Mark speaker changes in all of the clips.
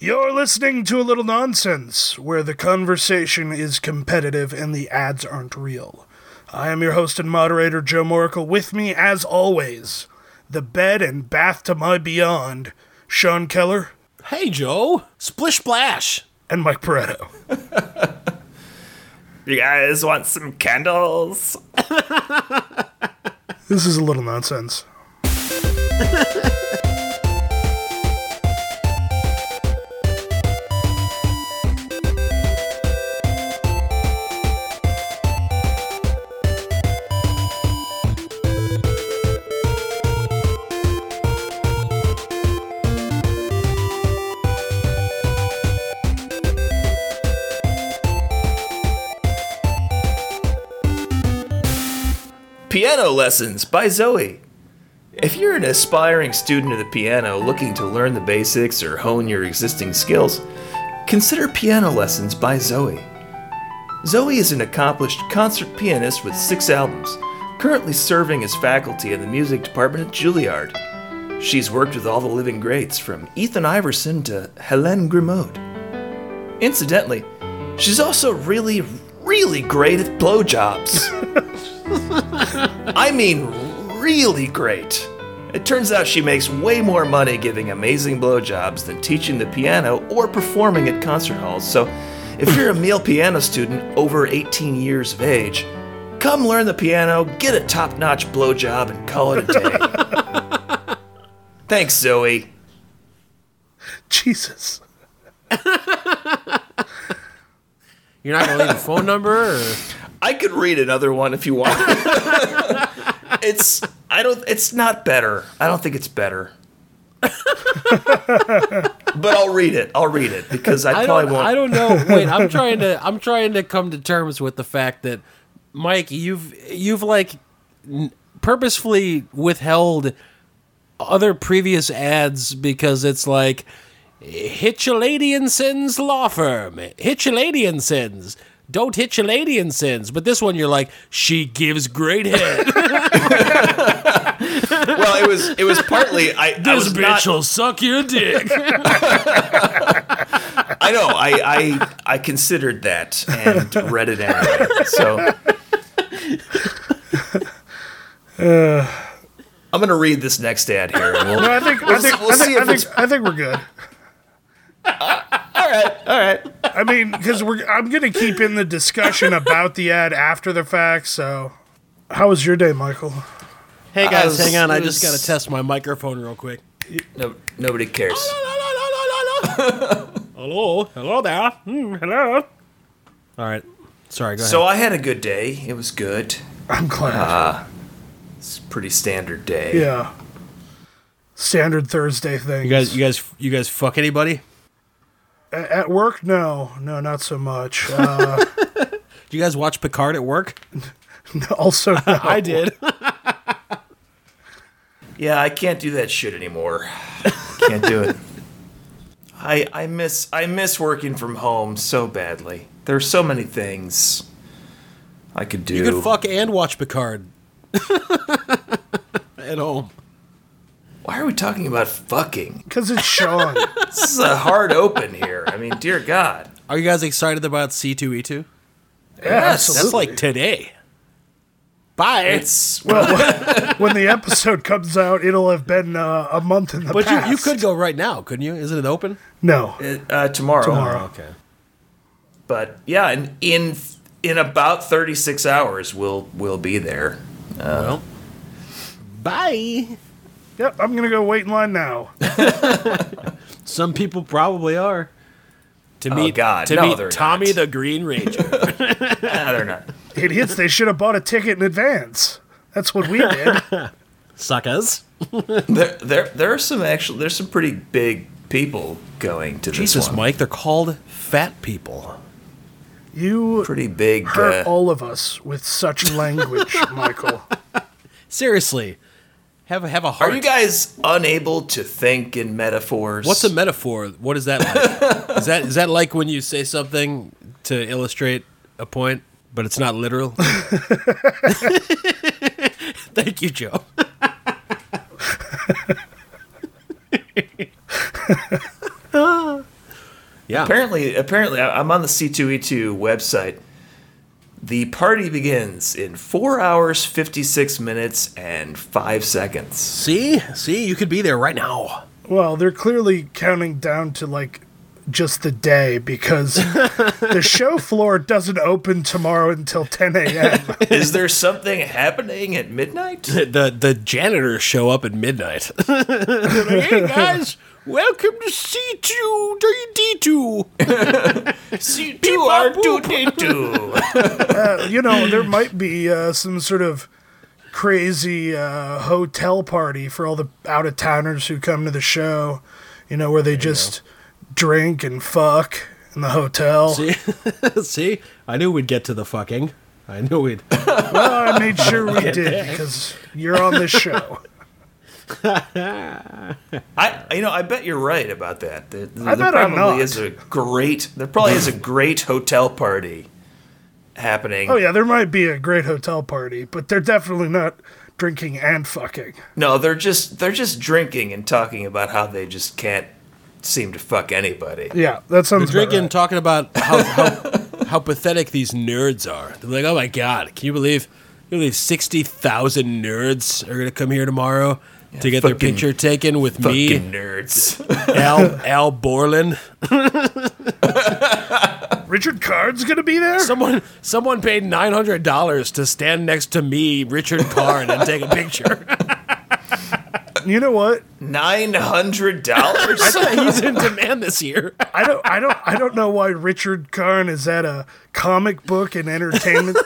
Speaker 1: You're listening to a little nonsense where the conversation is competitive and the ads aren't real. I am your host and moderator, Joe Moracle. With me, as always, the bed and bath to my beyond, Sean Keller
Speaker 2: Hey, Joe. Splish splash.
Speaker 1: and Mike Pareto.
Speaker 3: You guys want some candles?
Speaker 1: This is a little nonsense.
Speaker 3: Piano Lessons by Zoe. If you're an aspiring student of the piano looking to learn the basics or hone your existing skills, consider Piano Lessons by Zoe. Zoe is an accomplished concert pianist with six albums, currently serving as faculty in the music department at Juilliard. She's worked with all the living greats from Ethan Iverson to Helene Grimaud. Incidentally, she's also really, really great at blowjobs. I mean, really great. It turns out she makes way more money giving amazing blowjobs than teaching the piano or performing at concert halls. So, if you're a male piano student over 18 years of age, come learn the piano, get a top notch blowjob, and call it a day. Thanks, Zoe.
Speaker 1: Jesus.
Speaker 2: You're not going to leave a phone number? Or...
Speaker 3: I could read another one if you want. it's I don't it's not better. I don't think it's better. but I'll read it. I'll read it because I,
Speaker 2: I
Speaker 3: probably
Speaker 2: don't,
Speaker 3: won't.
Speaker 2: I don't know. Wait, I'm trying to I'm trying to come to terms with the fact that Mike, you've you've like n- purposefully withheld other previous ads because it's like Hitchaladianson's law firm. Hitchaladianson's. Don't hit your lady in sins, but this one you're like, she gives great head.
Speaker 3: well, it was it was partly I, I
Speaker 2: This
Speaker 3: was
Speaker 2: bitch
Speaker 3: not,
Speaker 2: will suck your dick.
Speaker 3: I know I, I I considered that and read it anyway. So I'm gonna read this next ad here. and we'll-
Speaker 1: No, I think I think
Speaker 3: we'll
Speaker 1: I
Speaker 3: see
Speaker 1: think,
Speaker 3: if
Speaker 1: I
Speaker 3: it's-
Speaker 1: think, I think we're good.
Speaker 3: all right, all right.
Speaker 1: I mean, because we're I'm gonna keep in the discussion about the ad after the fact. So, how was your day, Michael?
Speaker 2: Hey
Speaker 3: I
Speaker 2: guys,
Speaker 3: was-
Speaker 2: hang on. I
Speaker 3: it
Speaker 2: just
Speaker 3: was-
Speaker 2: gotta test my microphone real quick.
Speaker 3: No, nobody cares.
Speaker 2: hello, hello there. Hmm, hello. All right. Sorry. Go
Speaker 3: So I had a good day. It was good.
Speaker 1: I'm
Speaker 2: Uh,
Speaker 1: glad.
Speaker 3: It's a pretty standard day.
Speaker 1: yeah. Standard Thursday thing.
Speaker 2: You guys, you guys, you guys, fuck anybody?
Speaker 1: A- at work? No, no, not so much. Uh,
Speaker 2: Do you guys watch Picard at work?
Speaker 1: also, no.
Speaker 2: I did.
Speaker 3: Yeah, I can't do that shit anymore. can't do it. I I miss I miss working from home so badly. There's so many things I could do.
Speaker 2: you could fuck and watch Picard at home.
Speaker 3: Why are we talking about fucking?
Speaker 1: because it's Sean.
Speaker 3: This is a hard open here. I mean, dear God.
Speaker 2: Are you guys excited about C two E two?
Speaker 1: yes,
Speaker 2: That's like today. Bye.
Speaker 3: It's
Speaker 1: when the episode comes out, it'll have been uh, a month in the
Speaker 2: but
Speaker 1: past.
Speaker 2: you, you could go right now, couldn't you? Isn't it open?
Speaker 1: No,
Speaker 3: uh, tomorrow.
Speaker 1: Tomorrow.
Speaker 2: Okay.
Speaker 3: But yeah, in in in about 36 hours we'll we'll be there.
Speaker 2: well. Bye.
Speaker 1: Yep, I'm gonna go wait in line now.
Speaker 2: Some people probably are. To meet
Speaker 3: Oh, God,
Speaker 2: to
Speaker 3: no, they're
Speaker 2: meet Tommy
Speaker 3: not.
Speaker 2: the Green Ranger.
Speaker 3: Ah, they're not.
Speaker 1: Idiots! They should have bought a ticket in advance. That's what we did.
Speaker 2: Suckers.
Speaker 3: There, there there are some actually there's some pretty big people going to this
Speaker 2: Jesus,
Speaker 3: one.
Speaker 2: Mike, they're called fat people.
Speaker 1: You
Speaker 3: pretty big.
Speaker 1: hurt
Speaker 3: Uh,
Speaker 1: all of us with such language, Michael.
Speaker 2: Seriously. Have a have a heart.
Speaker 3: are you guys unable to think in metaphors?
Speaker 2: What's a metaphor? What is that like? is that is that like when you say something to illustrate a point, but it's not literal? Thank you, Joe. Yeah.
Speaker 3: Apparently, apparently, I- I'm on the C2E2 website. The party begins in four hours, 56 minutes, and five seconds.
Speaker 2: See? See, you could be there right now.
Speaker 1: Well, they're clearly counting down to like just the day because the show floor doesn't open tomorrow until 10 a.m.
Speaker 3: Is there something happening at midnight?
Speaker 2: The the janitors show up at midnight. They're like, hey guys, welcome to C two D two.
Speaker 3: C2R2D2.
Speaker 1: Uh, you know, there might be uh, some sort of crazy uh, hotel party for all the out of towners who come to the show, you know, where they just drink and fuck in the hotel.
Speaker 2: See, I knew we'd get to the fucking. I knew we'd.
Speaker 1: Well, Oh, I made sure we did because you're on this show.
Speaker 3: I, you know, I bet you're right about that. There, there
Speaker 1: I bet I'm
Speaker 3: probably
Speaker 1: not.
Speaker 3: is a great. There probably is a great hotel party happening.
Speaker 1: Oh yeah, there might be a great hotel party, but they're definitely not drinking and fucking.
Speaker 3: No, they're just they're just drinking and talking about how they just can't seem to fuck anybody.
Speaker 1: Yeah, that sounds about
Speaker 2: drinking,
Speaker 1: right.
Speaker 2: talking about how, how how pathetic these nerds are. They're like, oh my god, can you believe? Can you believe sixty thousand nerds are gonna come here tomorrow to get their
Speaker 3: fucking-
Speaker 2: picture taken with me,
Speaker 3: Fucking nerds.
Speaker 2: Al Al Borland.
Speaker 1: Richard Card's gonna be there.
Speaker 2: Someone someone paid nine hundred dollars to stand next to me, Richard Karn, and take a picture.
Speaker 1: you know what?
Speaker 3: Nine hundred dollars.
Speaker 2: He's in demand this year.
Speaker 1: I don't, I don't, I don't know why Richard Karn is at a comic book and entertainment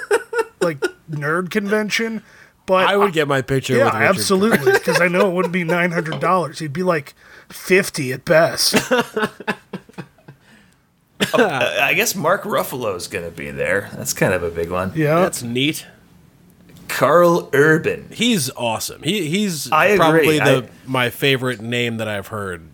Speaker 1: like nerd convention, but
Speaker 2: I would get my picture.
Speaker 1: yeah,
Speaker 2: with Richard
Speaker 1: absolutely, because I know it wouldn't be nine hundred dollars. He'd be like fifty at best.
Speaker 3: I guess Mark Ruffalo's gonna be there. That's kind of a big one.
Speaker 1: Yeah,
Speaker 2: That's neat.
Speaker 3: Carl Urban.
Speaker 2: He's awesome. He he's
Speaker 3: I agree.
Speaker 2: probably the
Speaker 3: I-
Speaker 2: my favorite name that I've heard.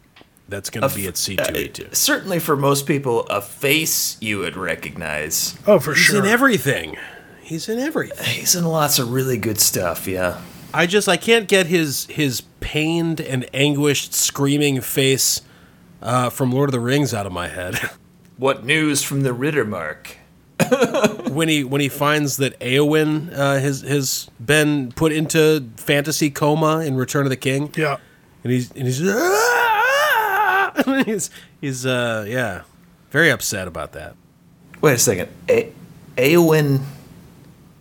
Speaker 2: That's going to be at C two E two.
Speaker 3: Certainly for most people, a face you would recognize.
Speaker 1: oh for
Speaker 2: He's
Speaker 1: sure.
Speaker 2: in everything. He's in everything.
Speaker 3: He's in lots of really good stuff. Yeah.
Speaker 2: I just I can't get his his pained and anguished screaming face uh, from Lord of the Rings out of my head
Speaker 3: What news from the Rittermark?
Speaker 2: when he when he finds that Eowyn uh, has has been put into fantasy coma in Return of the King.
Speaker 1: yeah,
Speaker 2: and he's and he's, "Ah!" And he's he's uh yeah very upset about that
Speaker 3: Wait a second. A- Awen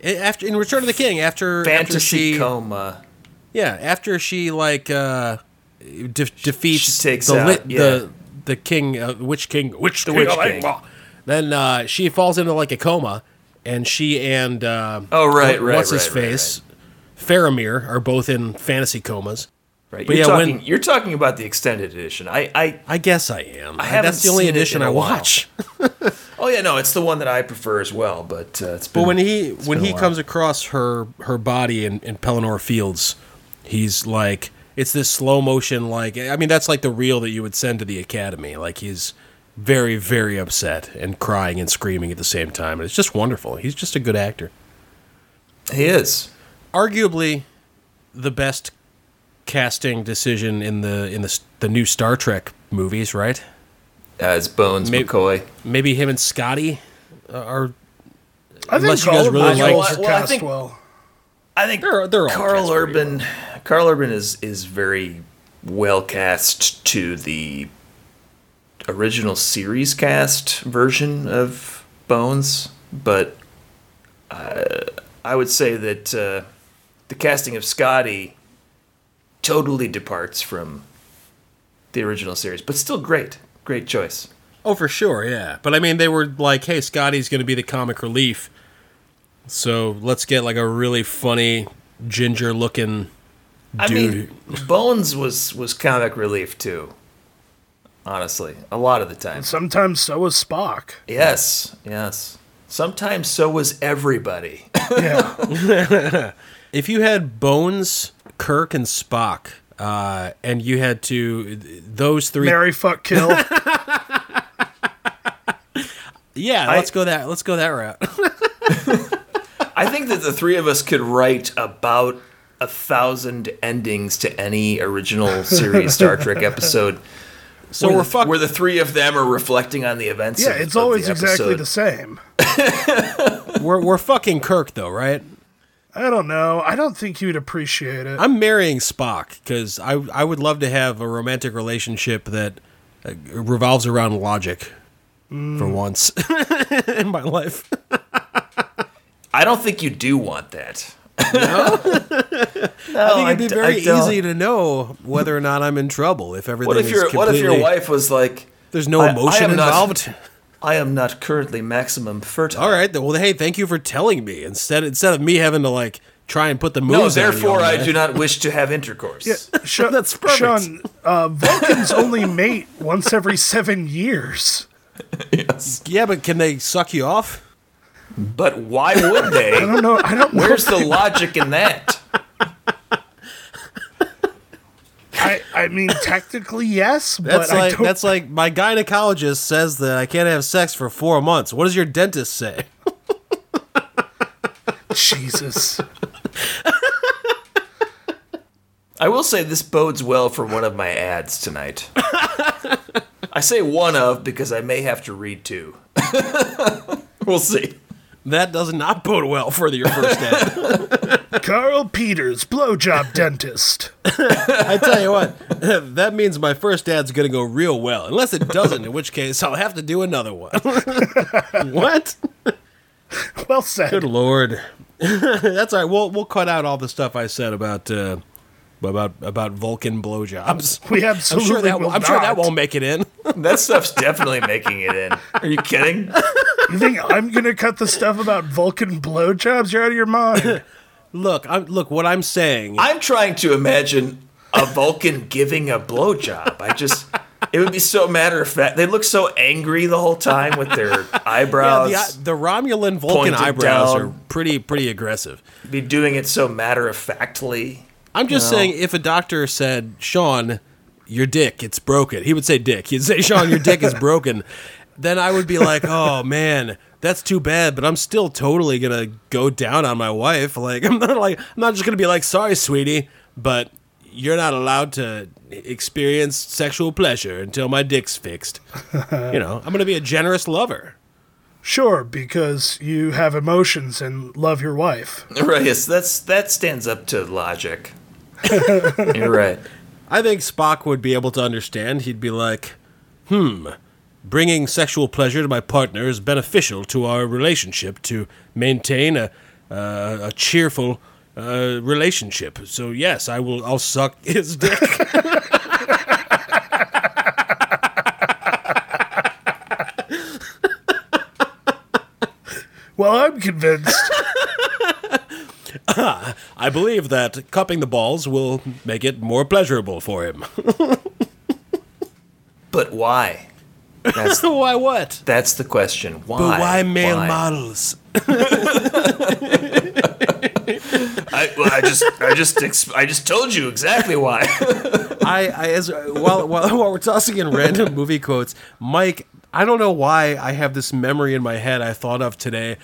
Speaker 2: A- after in return of the king after after
Speaker 3: fantasy
Speaker 2: she
Speaker 3: coma.
Speaker 2: yeah after she like uh de- defeats
Speaker 3: She takes
Speaker 2: the,
Speaker 3: out, yeah.
Speaker 2: the the king uh, witch king witch the
Speaker 3: witch
Speaker 2: witch
Speaker 3: king.
Speaker 2: king then uh she falls into like a coma and she and uh
Speaker 3: Oh, right,
Speaker 2: what-
Speaker 3: right,
Speaker 2: what's his
Speaker 3: right, right,
Speaker 2: face Faramir are both in fantasy comas
Speaker 3: Right.
Speaker 2: But
Speaker 3: You're,
Speaker 2: yeah,
Speaker 3: talking,
Speaker 2: when-
Speaker 3: you're talking about the extended edition. I, I
Speaker 2: I guess I am
Speaker 3: haven't
Speaker 2: that's the only
Speaker 3: seen it
Speaker 2: edition
Speaker 3: in a
Speaker 2: I
Speaker 3: while.
Speaker 2: watch
Speaker 3: Oh yeah, no, it's the one that I prefer as well. But uh, it's been.
Speaker 2: But when he when
Speaker 3: been a
Speaker 2: he
Speaker 3: while.
Speaker 2: comes across her her body in, in Pelennor Fields, he's like it's this slow motion like I mean that's like the reel that you would send to the academy. Like he's very very upset and crying and screaming at the same time. And it's just wonderful. He's just a good actor.
Speaker 3: he is
Speaker 2: Arguably the best casting decision in the in the s- the new Star Trek movies, right?
Speaker 3: as Bones
Speaker 2: Maybe-
Speaker 3: McCoy.
Speaker 2: Maybe him and Scotty uh, are
Speaker 1: I think
Speaker 2: Unless you guys
Speaker 1: all of
Speaker 2: really
Speaker 1: the
Speaker 2: like-
Speaker 1: roles are
Speaker 3: Well, I
Speaker 1: cast
Speaker 3: think-
Speaker 1: well.
Speaker 3: I think
Speaker 2: They're- they're all
Speaker 3: Carl
Speaker 2: cast pretty
Speaker 3: Urban. Carl Urban is is very well cast to the original series cast version of Bones, but uh, I, I would say that uh, the casting of Scotty totally departs from the original series, but still great, great choice.
Speaker 2: Oh, for sure, yeah. But I mean, they were like, "Hey, Scotty's going to be the comic relief, so let's get like a really funny ginger-looking
Speaker 3: I
Speaker 2: dude."
Speaker 3: mean, Bones was was comic relief too. Honestly, a lot of the time.
Speaker 1: Sometimes so is Spock.
Speaker 3: Yes, yes. Sometimes so was everybody.
Speaker 1: Yeah.
Speaker 2: if you had Bones, Kirk, and Spock, uh, and you had to those three,
Speaker 1: Mary fuck kill.
Speaker 2: yeah, let's go that let's go that route.
Speaker 3: I think that the three of us could write about a thousand endings to any original series Star Trek episode
Speaker 2: So
Speaker 3: where
Speaker 2: we're
Speaker 3: the,
Speaker 2: fucked.
Speaker 3: Where the three of them are reflecting on the events.
Speaker 1: Yeah,
Speaker 3: of,
Speaker 1: it's
Speaker 3: of
Speaker 1: always
Speaker 3: the
Speaker 1: exactly
Speaker 3: episode.
Speaker 1: the same.
Speaker 2: We're we're fucking Kirk though, right?
Speaker 1: I don't know. I don't think you'd appreciate it.
Speaker 2: I'm marrying Spock because I I would love to have a romantic relationship that uh, revolves around logic for once in my life.
Speaker 3: I don't think you do want that. No,
Speaker 2: I think it'd be
Speaker 3: d-
Speaker 2: very
Speaker 3: Oh, I don't.
Speaker 2: easy to know whether or not I'm in trouble if everything
Speaker 3: What if
Speaker 2: is
Speaker 3: your What if your
Speaker 2: completely-
Speaker 3: wife was like?
Speaker 2: There's no
Speaker 3: I- I
Speaker 2: emotion
Speaker 3: am not-
Speaker 2: involved.
Speaker 3: I am not currently maximum fertile.
Speaker 2: All right. then, Well, hey, thank you for telling me. Instead, instead of me having to like try and put the moves.
Speaker 3: No,
Speaker 2: on you
Speaker 3: therefore
Speaker 2: all
Speaker 3: I
Speaker 2: day.
Speaker 3: do not wish to have intercourse.
Speaker 1: Sha-
Speaker 2: That's perfect.
Speaker 1: Sean, uh, Vulcans only mate once every seven years.
Speaker 2: Yeah, but can they suck you off?
Speaker 3: But why would
Speaker 1: I
Speaker 3: they?
Speaker 1: don't know. I don't know.
Speaker 3: Where's the logic in that?
Speaker 1: I, I mean, technically, yes,
Speaker 2: That's
Speaker 1: but I
Speaker 2: like
Speaker 1: don't.
Speaker 2: that's like my gynecologist says that I can't have sex for four months. What does your dentist say?
Speaker 1: Jesus.
Speaker 3: I will say this bodes well for one of my ads tonight. I say one of because I may have to read two. we'll see.
Speaker 2: That does not bode well for your first date.
Speaker 1: Carl Peters, blowjob dentist.
Speaker 2: I tell you what, that means my first ad's gonna go real well. Unless it doesn't, in which case I'll have to do another one. what?
Speaker 1: Well said.
Speaker 2: Good lord. That's all right. We'll we'll cut out all the stuff I said about uh, about about Vulcan blowjobs.
Speaker 1: We
Speaker 2: I'm
Speaker 1: absolutely
Speaker 2: sure that
Speaker 1: will
Speaker 2: I'm sure that
Speaker 1: not.
Speaker 2: won't make it in.
Speaker 3: That stuff's definitely making it in. Are you kidding?
Speaker 1: You think I'm gonna cut the stuff about Vulcan blowjobs? You're out of your mind.
Speaker 2: Look, I'm look what I'm saying.
Speaker 3: I'm trying to imagine a Vulcan giving a blowjob. I just, it would be so matter of fact. They look so angry the whole time with their eyebrows.
Speaker 2: Yeah, the, the Romulan Vulcan
Speaker 3: Pointed
Speaker 2: eyebrows
Speaker 3: down.
Speaker 2: are pretty pretty aggressive.
Speaker 3: be doing it so matter of factly.
Speaker 2: I'm just saying, if a doctor said, "Sean, your dick, it's broken," he would say "dick." He'd say, "Sean, your dick is broken." Then I would be like, "Oh man, that's too bad," but I'm still totally gonna go down on my wife. Like I'm not like I'm not just gonna be like, "Sorry, sweetie," but you're not allowed to experience sexual pleasure until my dick's fixed. you know, I'm gonna be a generous lover.
Speaker 1: Sure, because you have emotions and love your wife.
Speaker 3: Right. Yes, that's that stands up to logic. You're right.
Speaker 2: I think Spock would be able to understand. He'd be like, hmm, bringing sexual pleasure to my partner is beneficial to our relationship to maintain a, uh, a cheerful uh, relationship. So, yes, I will, I'll suck his dick.
Speaker 1: Well, I'm convinced.
Speaker 2: I believe that cupping the balls will make it more pleasurable for him.
Speaker 3: But why? That's
Speaker 2: Why what?
Speaker 3: that's the question. Why?
Speaker 2: But why male models?
Speaker 3: I, well, I just I just ex- I just told you exactly why.
Speaker 2: I, I as while, while while we're tossing in random movie quotes, Mike, I don't know why I have this memory in my head I thought of today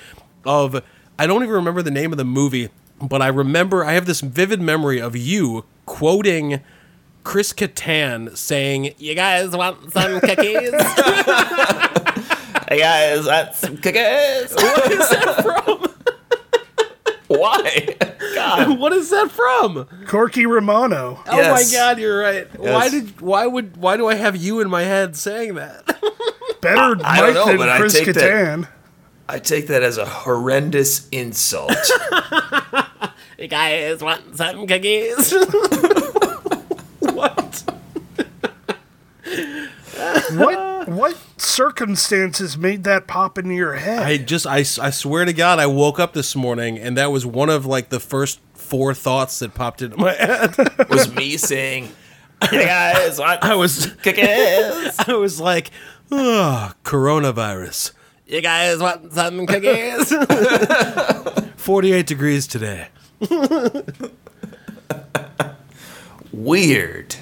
Speaker 2: of I don't even remember the name of the movie, but I remember I have this vivid memory of you quoting Chris Kattan saying, "You guys want some cookies?"
Speaker 3: hey guys, that's cookies.
Speaker 2: what is that from?
Speaker 3: Why? God.
Speaker 2: What is that from?
Speaker 1: Corky Romano.
Speaker 2: Oh my
Speaker 3: Yes.
Speaker 2: god, you're right. Why
Speaker 3: Yes.
Speaker 2: did why would why do I have you in my head saying that?
Speaker 1: Better
Speaker 3: I don't
Speaker 1: Mike
Speaker 3: know,
Speaker 1: than
Speaker 3: but I
Speaker 1: Chris
Speaker 3: take that-
Speaker 1: Kattan.
Speaker 3: I take that as a horrendous insult.
Speaker 2: You guys want some cookies? what?
Speaker 1: What what circumstances made that pop into your head?
Speaker 2: I just, I, s- I swear to God, I woke up this morning and that was one of like the first four thoughts that popped into my head.
Speaker 3: was me saying, "Hey guys, want
Speaker 2: I was,
Speaker 3: cookies?"
Speaker 2: I was like, oh, coronavirus. You guys want some cookies? 48 degrees today.
Speaker 3: Weird.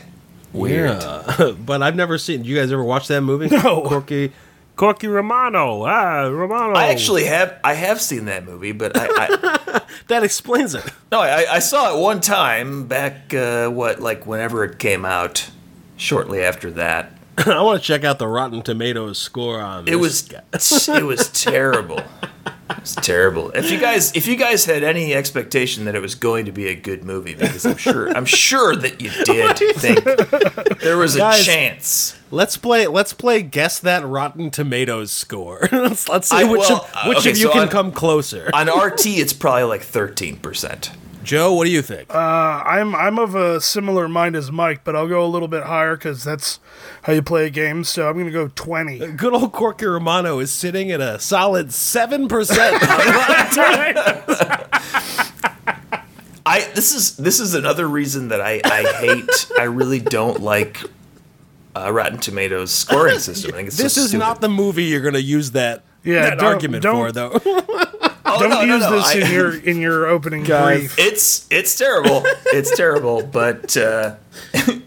Speaker 3: Weird.
Speaker 2: Yeah. but I've never seen, you guys ever watch that movie?
Speaker 1: No.
Speaker 2: Corky, Corky Romano. Ah, Romano.
Speaker 3: I actually have I have seen that movie, but I, I
Speaker 2: that explains it.
Speaker 3: No, I, I saw it one time back, uh, what, like whenever it came out, shortly after that.
Speaker 2: I want to check out the Rotten Tomatoes score on
Speaker 3: It
Speaker 2: this
Speaker 3: was
Speaker 2: guy.
Speaker 3: it was terrible. It's terrible. If you guys if you guys had any expectation that it was going to be a good movie, because I'm sure I'm sure that you did think there was a
Speaker 2: Guys,
Speaker 3: chance.
Speaker 2: Let's play. Let's play. Guess that Rotten Tomatoes score. let's, let's see
Speaker 3: I-
Speaker 2: which
Speaker 3: well,
Speaker 2: of, which
Speaker 3: okay,
Speaker 2: of you
Speaker 3: so
Speaker 2: can
Speaker 3: on-
Speaker 2: come closer.
Speaker 3: On RT, it's probably like thirteen percent.
Speaker 2: Joe, what do you think?
Speaker 1: I'm I'm of a similar mind as Mike, but I'll go a little bit higher because that's how you play a game. So I'm gonna go twenty.
Speaker 2: Good old Corky Romano is sitting at a solid seven percent.
Speaker 3: I this is this is another reason that I I hate. I really don't like uh, Rotten Tomatoes scoring system. I think it's so
Speaker 2: This is
Speaker 3: stupid.
Speaker 2: not the movie you're going to use that
Speaker 1: Yeah,
Speaker 2: that
Speaker 1: don't-
Speaker 2: argument
Speaker 1: don't-
Speaker 2: for though.
Speaker 3: Oh,
Speaker 1: Don't
Speaker 3: no, no,
Speaker 1: use
Speaker 3: no,
Speaker 1: this
Speaker 3: I-
Speaker 1: in your in your opening brief.
Speaker 2: Guys.
Speaker 3: It's it's terrible. It's terrible. But uh,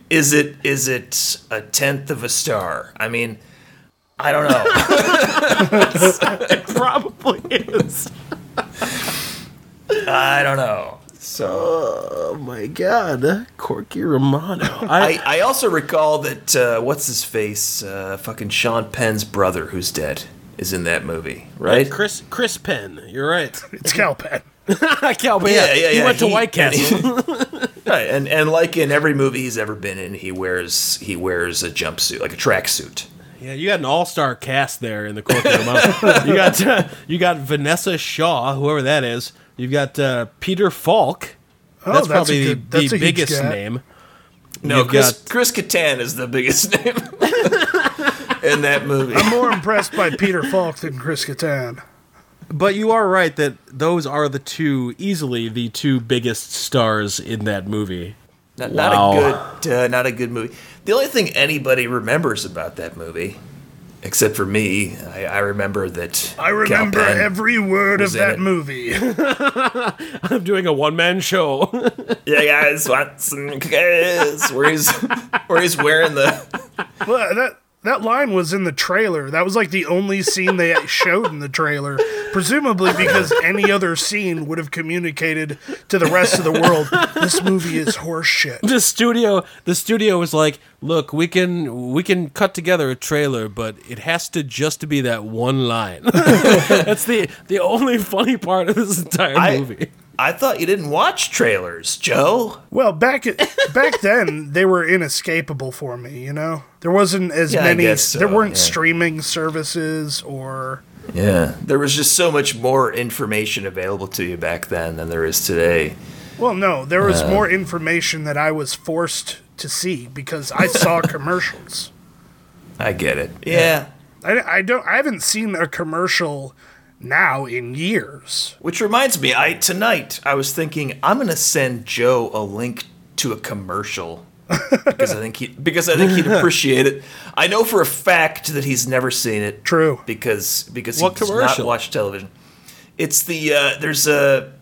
Speaker 3: is it is it a tenth of a star? I mean, I don't know.
Speaker 2: Probably is.
Speaker 3: I don't know. So
Speaker 2: Oh my god, Corky Romano. I,
Speaker 3: I, I also recall that uh, what's his face, uh, fucking Sean Penn's brother, who's dead, is in that movie, right?
Speaker 2: Chris Chris Penn. You're right.
Speaker 1: It's Calpet.
Speaker 2: Cal, but yeah, He went to White Castle.
Speaker 3: right, and and like in every movie he's ever been in, he wears he wears a jumpsuit, like a tracksuit.
Speaker 2: yeah, you got an all star cast there in the Corky Romano. you got uh, you got Vanessa Shaw, whoever that is. You've got uh, Peter Falk.
Speaker 1: Oh, that's,
Speaker 2: that's,
Speaker 1: a
Speaker 2: probably the-
Speaker 1: good, that's
Speaker 2: the
Speaker 1: a huge
Speaker 2: biggest
Speaker 1: gap.
Speaker 2: name.
Speaker 3: No,
Speaker 2: You've
Speaker 3: Chris
Speaker 2: got-
Speaker 3: Chris Kattan is the biggest name in that movie.
Speaker 1: I'm more impressed by Peter Falk than Chris Kattan.
Speaker 2: But you are right that those are the two easily the two biggest stars in that movie.
Speaker 3: Not,
Speaker 2: Wow.
Speaker 3: not a good, uh, not a good movie. The only thing anybody remembers about that movie, except for me, I, I remember that.
Speaker 1: I remember
Speaker 3: Cal Penn-
Speaker 1: every word of
Speaker 3: was in
Speaker 1: that
Speaker 3: it.
Speaker 1: movie.
Speaker 2: I'm doing a one man show.
Speaker 3: Yeah, guys, what's guys, where he's where he's wearing the.
Speaker 1: well, that that line was in the trailer. That was like the only scene they showed in the trailer, presumably because any other scene would have communicated to the rest of the world this movie is horseshit.
Speaker 2: the studio the studio was like look we can we can cut together a trailer but it has to just be that one line that's the the only funny part of this entire
Speaker 3: I,
Speaker 2: movie
Speaker 3: I thought you didn't watch trailers, Joe.
Speaker 1: Well, back at, back then they were inescapable for me. You know, there wasn't as
Speaker 3: Yeah, I
Speaker 1: many.
Speaker 3: guess so,
Speaker 1: there weren't
Speaker 3: yeah.
Speaker 1: streaming services or.
Speaker 3: Yeah, there was just so much more information available to you back then than there is today.
Speaker 1: Well, no, there
Speaker 3: Uh.
Speaker 1: was more information that I was forced to see because I saw commercials.
Speaker 3: I get it. Yeah,
Speaker 1: I, I don't. I haven't seen a commercial now in years.
Speaker 3: Which reminds me, I tonight I was thinking I'm gonna send Joe a link to a commercial because I think he because I think he'd appreciate it. I know for a fact that he's never seen it
Speaker 1: True.
Speaker 3: because because
Speaker 2: What
Speaker 3: he does
Speaker 2: commercial?
Speaker 3: not watch television. It's the uh, there's a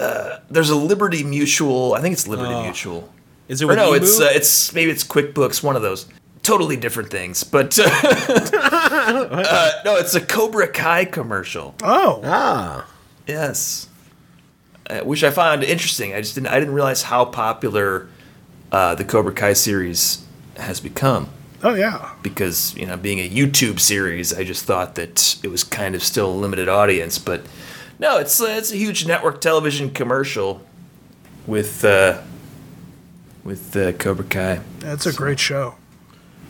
Speaker 3: uh, there's a Liberty Mutual. I think it's Liberty Mutual.
Speaker 2: is it
Speaker 3: Or
Speaker 2: with
Speaker 3: no,
Speaker 2: Emu?
Speaker 3: it's uh, it's maybe it's QuickBooks, one of those. Totally different things, but uh, no, it's a Cobra Kai commercial.
Speaker 1: Oh,
Speaker 2: ah
Speaker 3: Yes, uh, which I found interesting. I just didn't. I didn't realize how popular uh, the Cobra Kai series has become
Speaker 1: oh yeah.
Speaker 3: because you know, being a YouTube series, I just thought that it was kind of still a limited audience. But no, it's uh, it's a huge network television commercial with uh, with uh, Cobra Kai.
Speaker 1: That's a great show.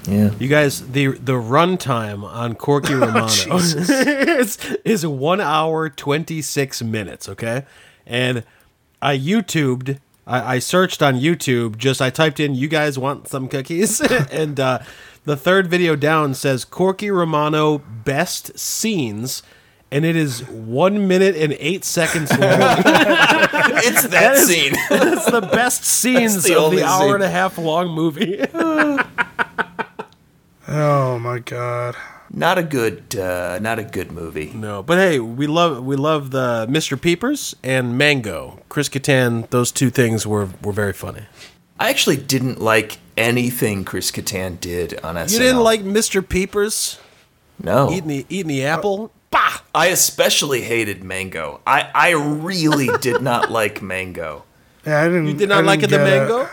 Speaker 3: Yeah,
Speaker 2: you guys the the runtime on corky romano
Speaker 3: Oh,
Speaker 2: is, is one hour 26 minutes okay and i youtubed I, I searched on youtube just i typed in you guys want some cookies and uh, the third video down says corky romano best scenes and it is one minute and eight seconds long.
Speaker 3: it's that,
Speaker 2: is-
Speaker 3: scene.
Speaker 2: That's the best scenes
Speaker 3: the
Speaker 2: of
Speaker 3: only
Speaker 2: the hour
Speaker 3: scene.
Speaker 2: and a half long movie.
Speaker 1: Oh my god.
Speaker 3: not a good, uh, not a good movie.
Speaker 2: No, but hey, we love we love the Mr. Peepers and Mango. Chris Kattan, those two things were were very funny.
Speaker 3: I actually didn't like anything Chris Kattan did on SNL.
Speaker 2: You didn't like Mr. Peepers
Speaker 3: no.
Speaker 2: eating the eating the apple? Bah!
Speaker 3: I especially hated Mango. I I really did not like Mango.
Speaker 1: Yeah, I didn't.
Speaker 2: You did
Speaker 1: I
Speaker 2: not
Speaker 1: didn't
Speaker 2: like it, the
Speaker 1: get
Speaker 2: mango?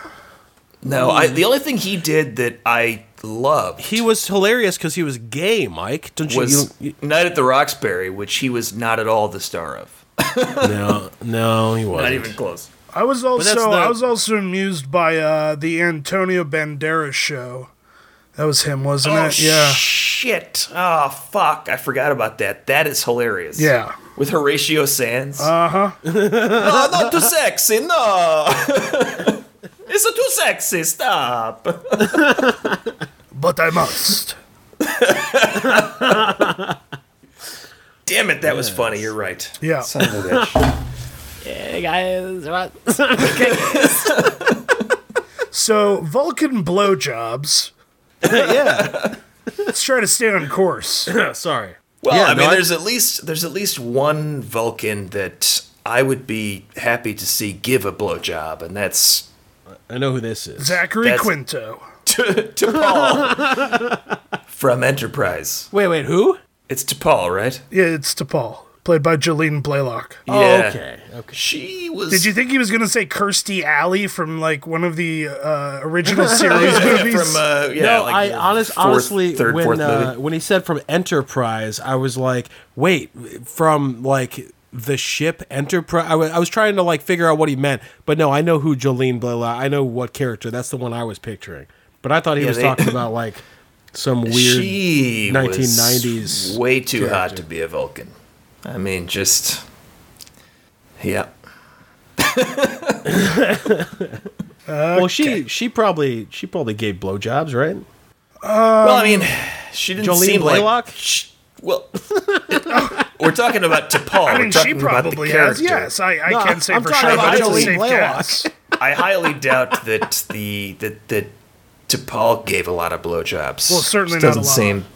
Speaker 3: No, I, the only thing he did that I loved
Speaker 2: Mm. He was hilarious because he was gay, Mike. Don't you?
Speaker 3: was
Speaker 2: you-
Speaker 3: Night at the Roxbury, which he was not at all the star of.
Speaker 2: no, no, he wasn't.
Speaker 3: Not even close.
Speaker 1: I was also
Speaker 2: that's the-
Speaker 1: I was also amused by uh, the Antonio Banderas show. That was him, wasn't
Speaker 3: Oh,
Speaker 1: it? Yeah.
Speaker 3: shit. Oh, fuck. I forgot about that. That is hilarious.
Speaker 1: Yeah. Uh-huh.
Speaker 3: With Horatio Sands. Uh huh. no, not too sexy. No. it's too sexy. Stop.
Speaker 1: But I must.
Speaker 3: Damn it. That was funny. You're right.
Speaker 1: Yeah.
Speaker 3: Son of a bitch.
Speaker 1: So Vulcan blowjobs.
Speaker 2: yeah.
Speaker 1: Let's try to stay on course.
Speaker 2: Sorry.
Speaker 3: Well,
Speaker 2: Yeah,
Speaker 3: I mean,
Speaker 2: no, I-
Speaker 3: there's at least there's at least one Vulcan that I would be happy to see give a blowjob, and that's
Speaker 2: I know who this is.
Speaker 1: Zachary
Speaker 3: That's-
Speaker 1: Quinto.
Speaker 3: to, to Paul from Enterprise.
Speaker 2: Wait, wait, who?
Speaker 3: It's to Paul, right?
Speaker 1: Yeah, it's to Paul, played by Jolene Blaylock.
Speaker 2: Oh, okay. Okay.
Speaker 3: She was.
Speaker 1: Did you think he was gonna say Kirsty Alley from like one of the uh, original series movies?
Speaker 3: from? Uh, yeah,
Speaker 2: No,
Speaker 3: like
Speaker 2: I
Speaker 3: the
Speaker 2: honest,
Speaker 3: fourth-
Speaker 2: honestly,
Speaker 3: third, fourth
Speaker 2: when uh,
Speaker 3: movie.
Speaker 2: when he said from Enterprise, I was like, wait, from like the ship Enterprise. I wa- I was trying to like figure out what he meant, but no, I know who Jolene Blaylock. I know what character. That's the one I was picturing. But I thought he was
Speaker 3: they-
Speaker 2: talking about like some weird.
Speaker 3: She
Speaker 2: 1990s
Speaker 3: was way too hot to be a Vulcan. I mean, just yeah.
Speaker 2: well, she she probably she probably gave blowjobs, right?
Speaker 3: well, I mean, she didn't
Speaker 2: Um, Jolene
Speaker 3: seem
Speaker 2: Blaylock?
Speaker 3: like. Sh- well, we're talking about to Paul.
Speaker 1: I
Speaker 3: We're
Speaker 1: mean, she
Speaker 3: talking about the
Speaker 1: probably has.
Speaker 3: character.
Speaker 1: Yes, I, I
Speaker 2: No,
Speaker 1: can't say
Speaker 2: I'm
Speaker 1: for
Speaker 2: talking
Speaker 1: sure, but
Speaker 2: about
Speaker 1: it's a
Speaker 2: Jolene
Speaker 1: safe
Speaker 2: Blaylock.
Speaker 1: guess.
Speaker 3: I highly doubt that the that that T'Pol gave a lot of blowjobs.
Speaker 1: Well, certainly
Speaker 3: Just
Speaker 1: not a
Speaker 3: doesn't
Speaker 1: lot.
Speaker 3: Seem,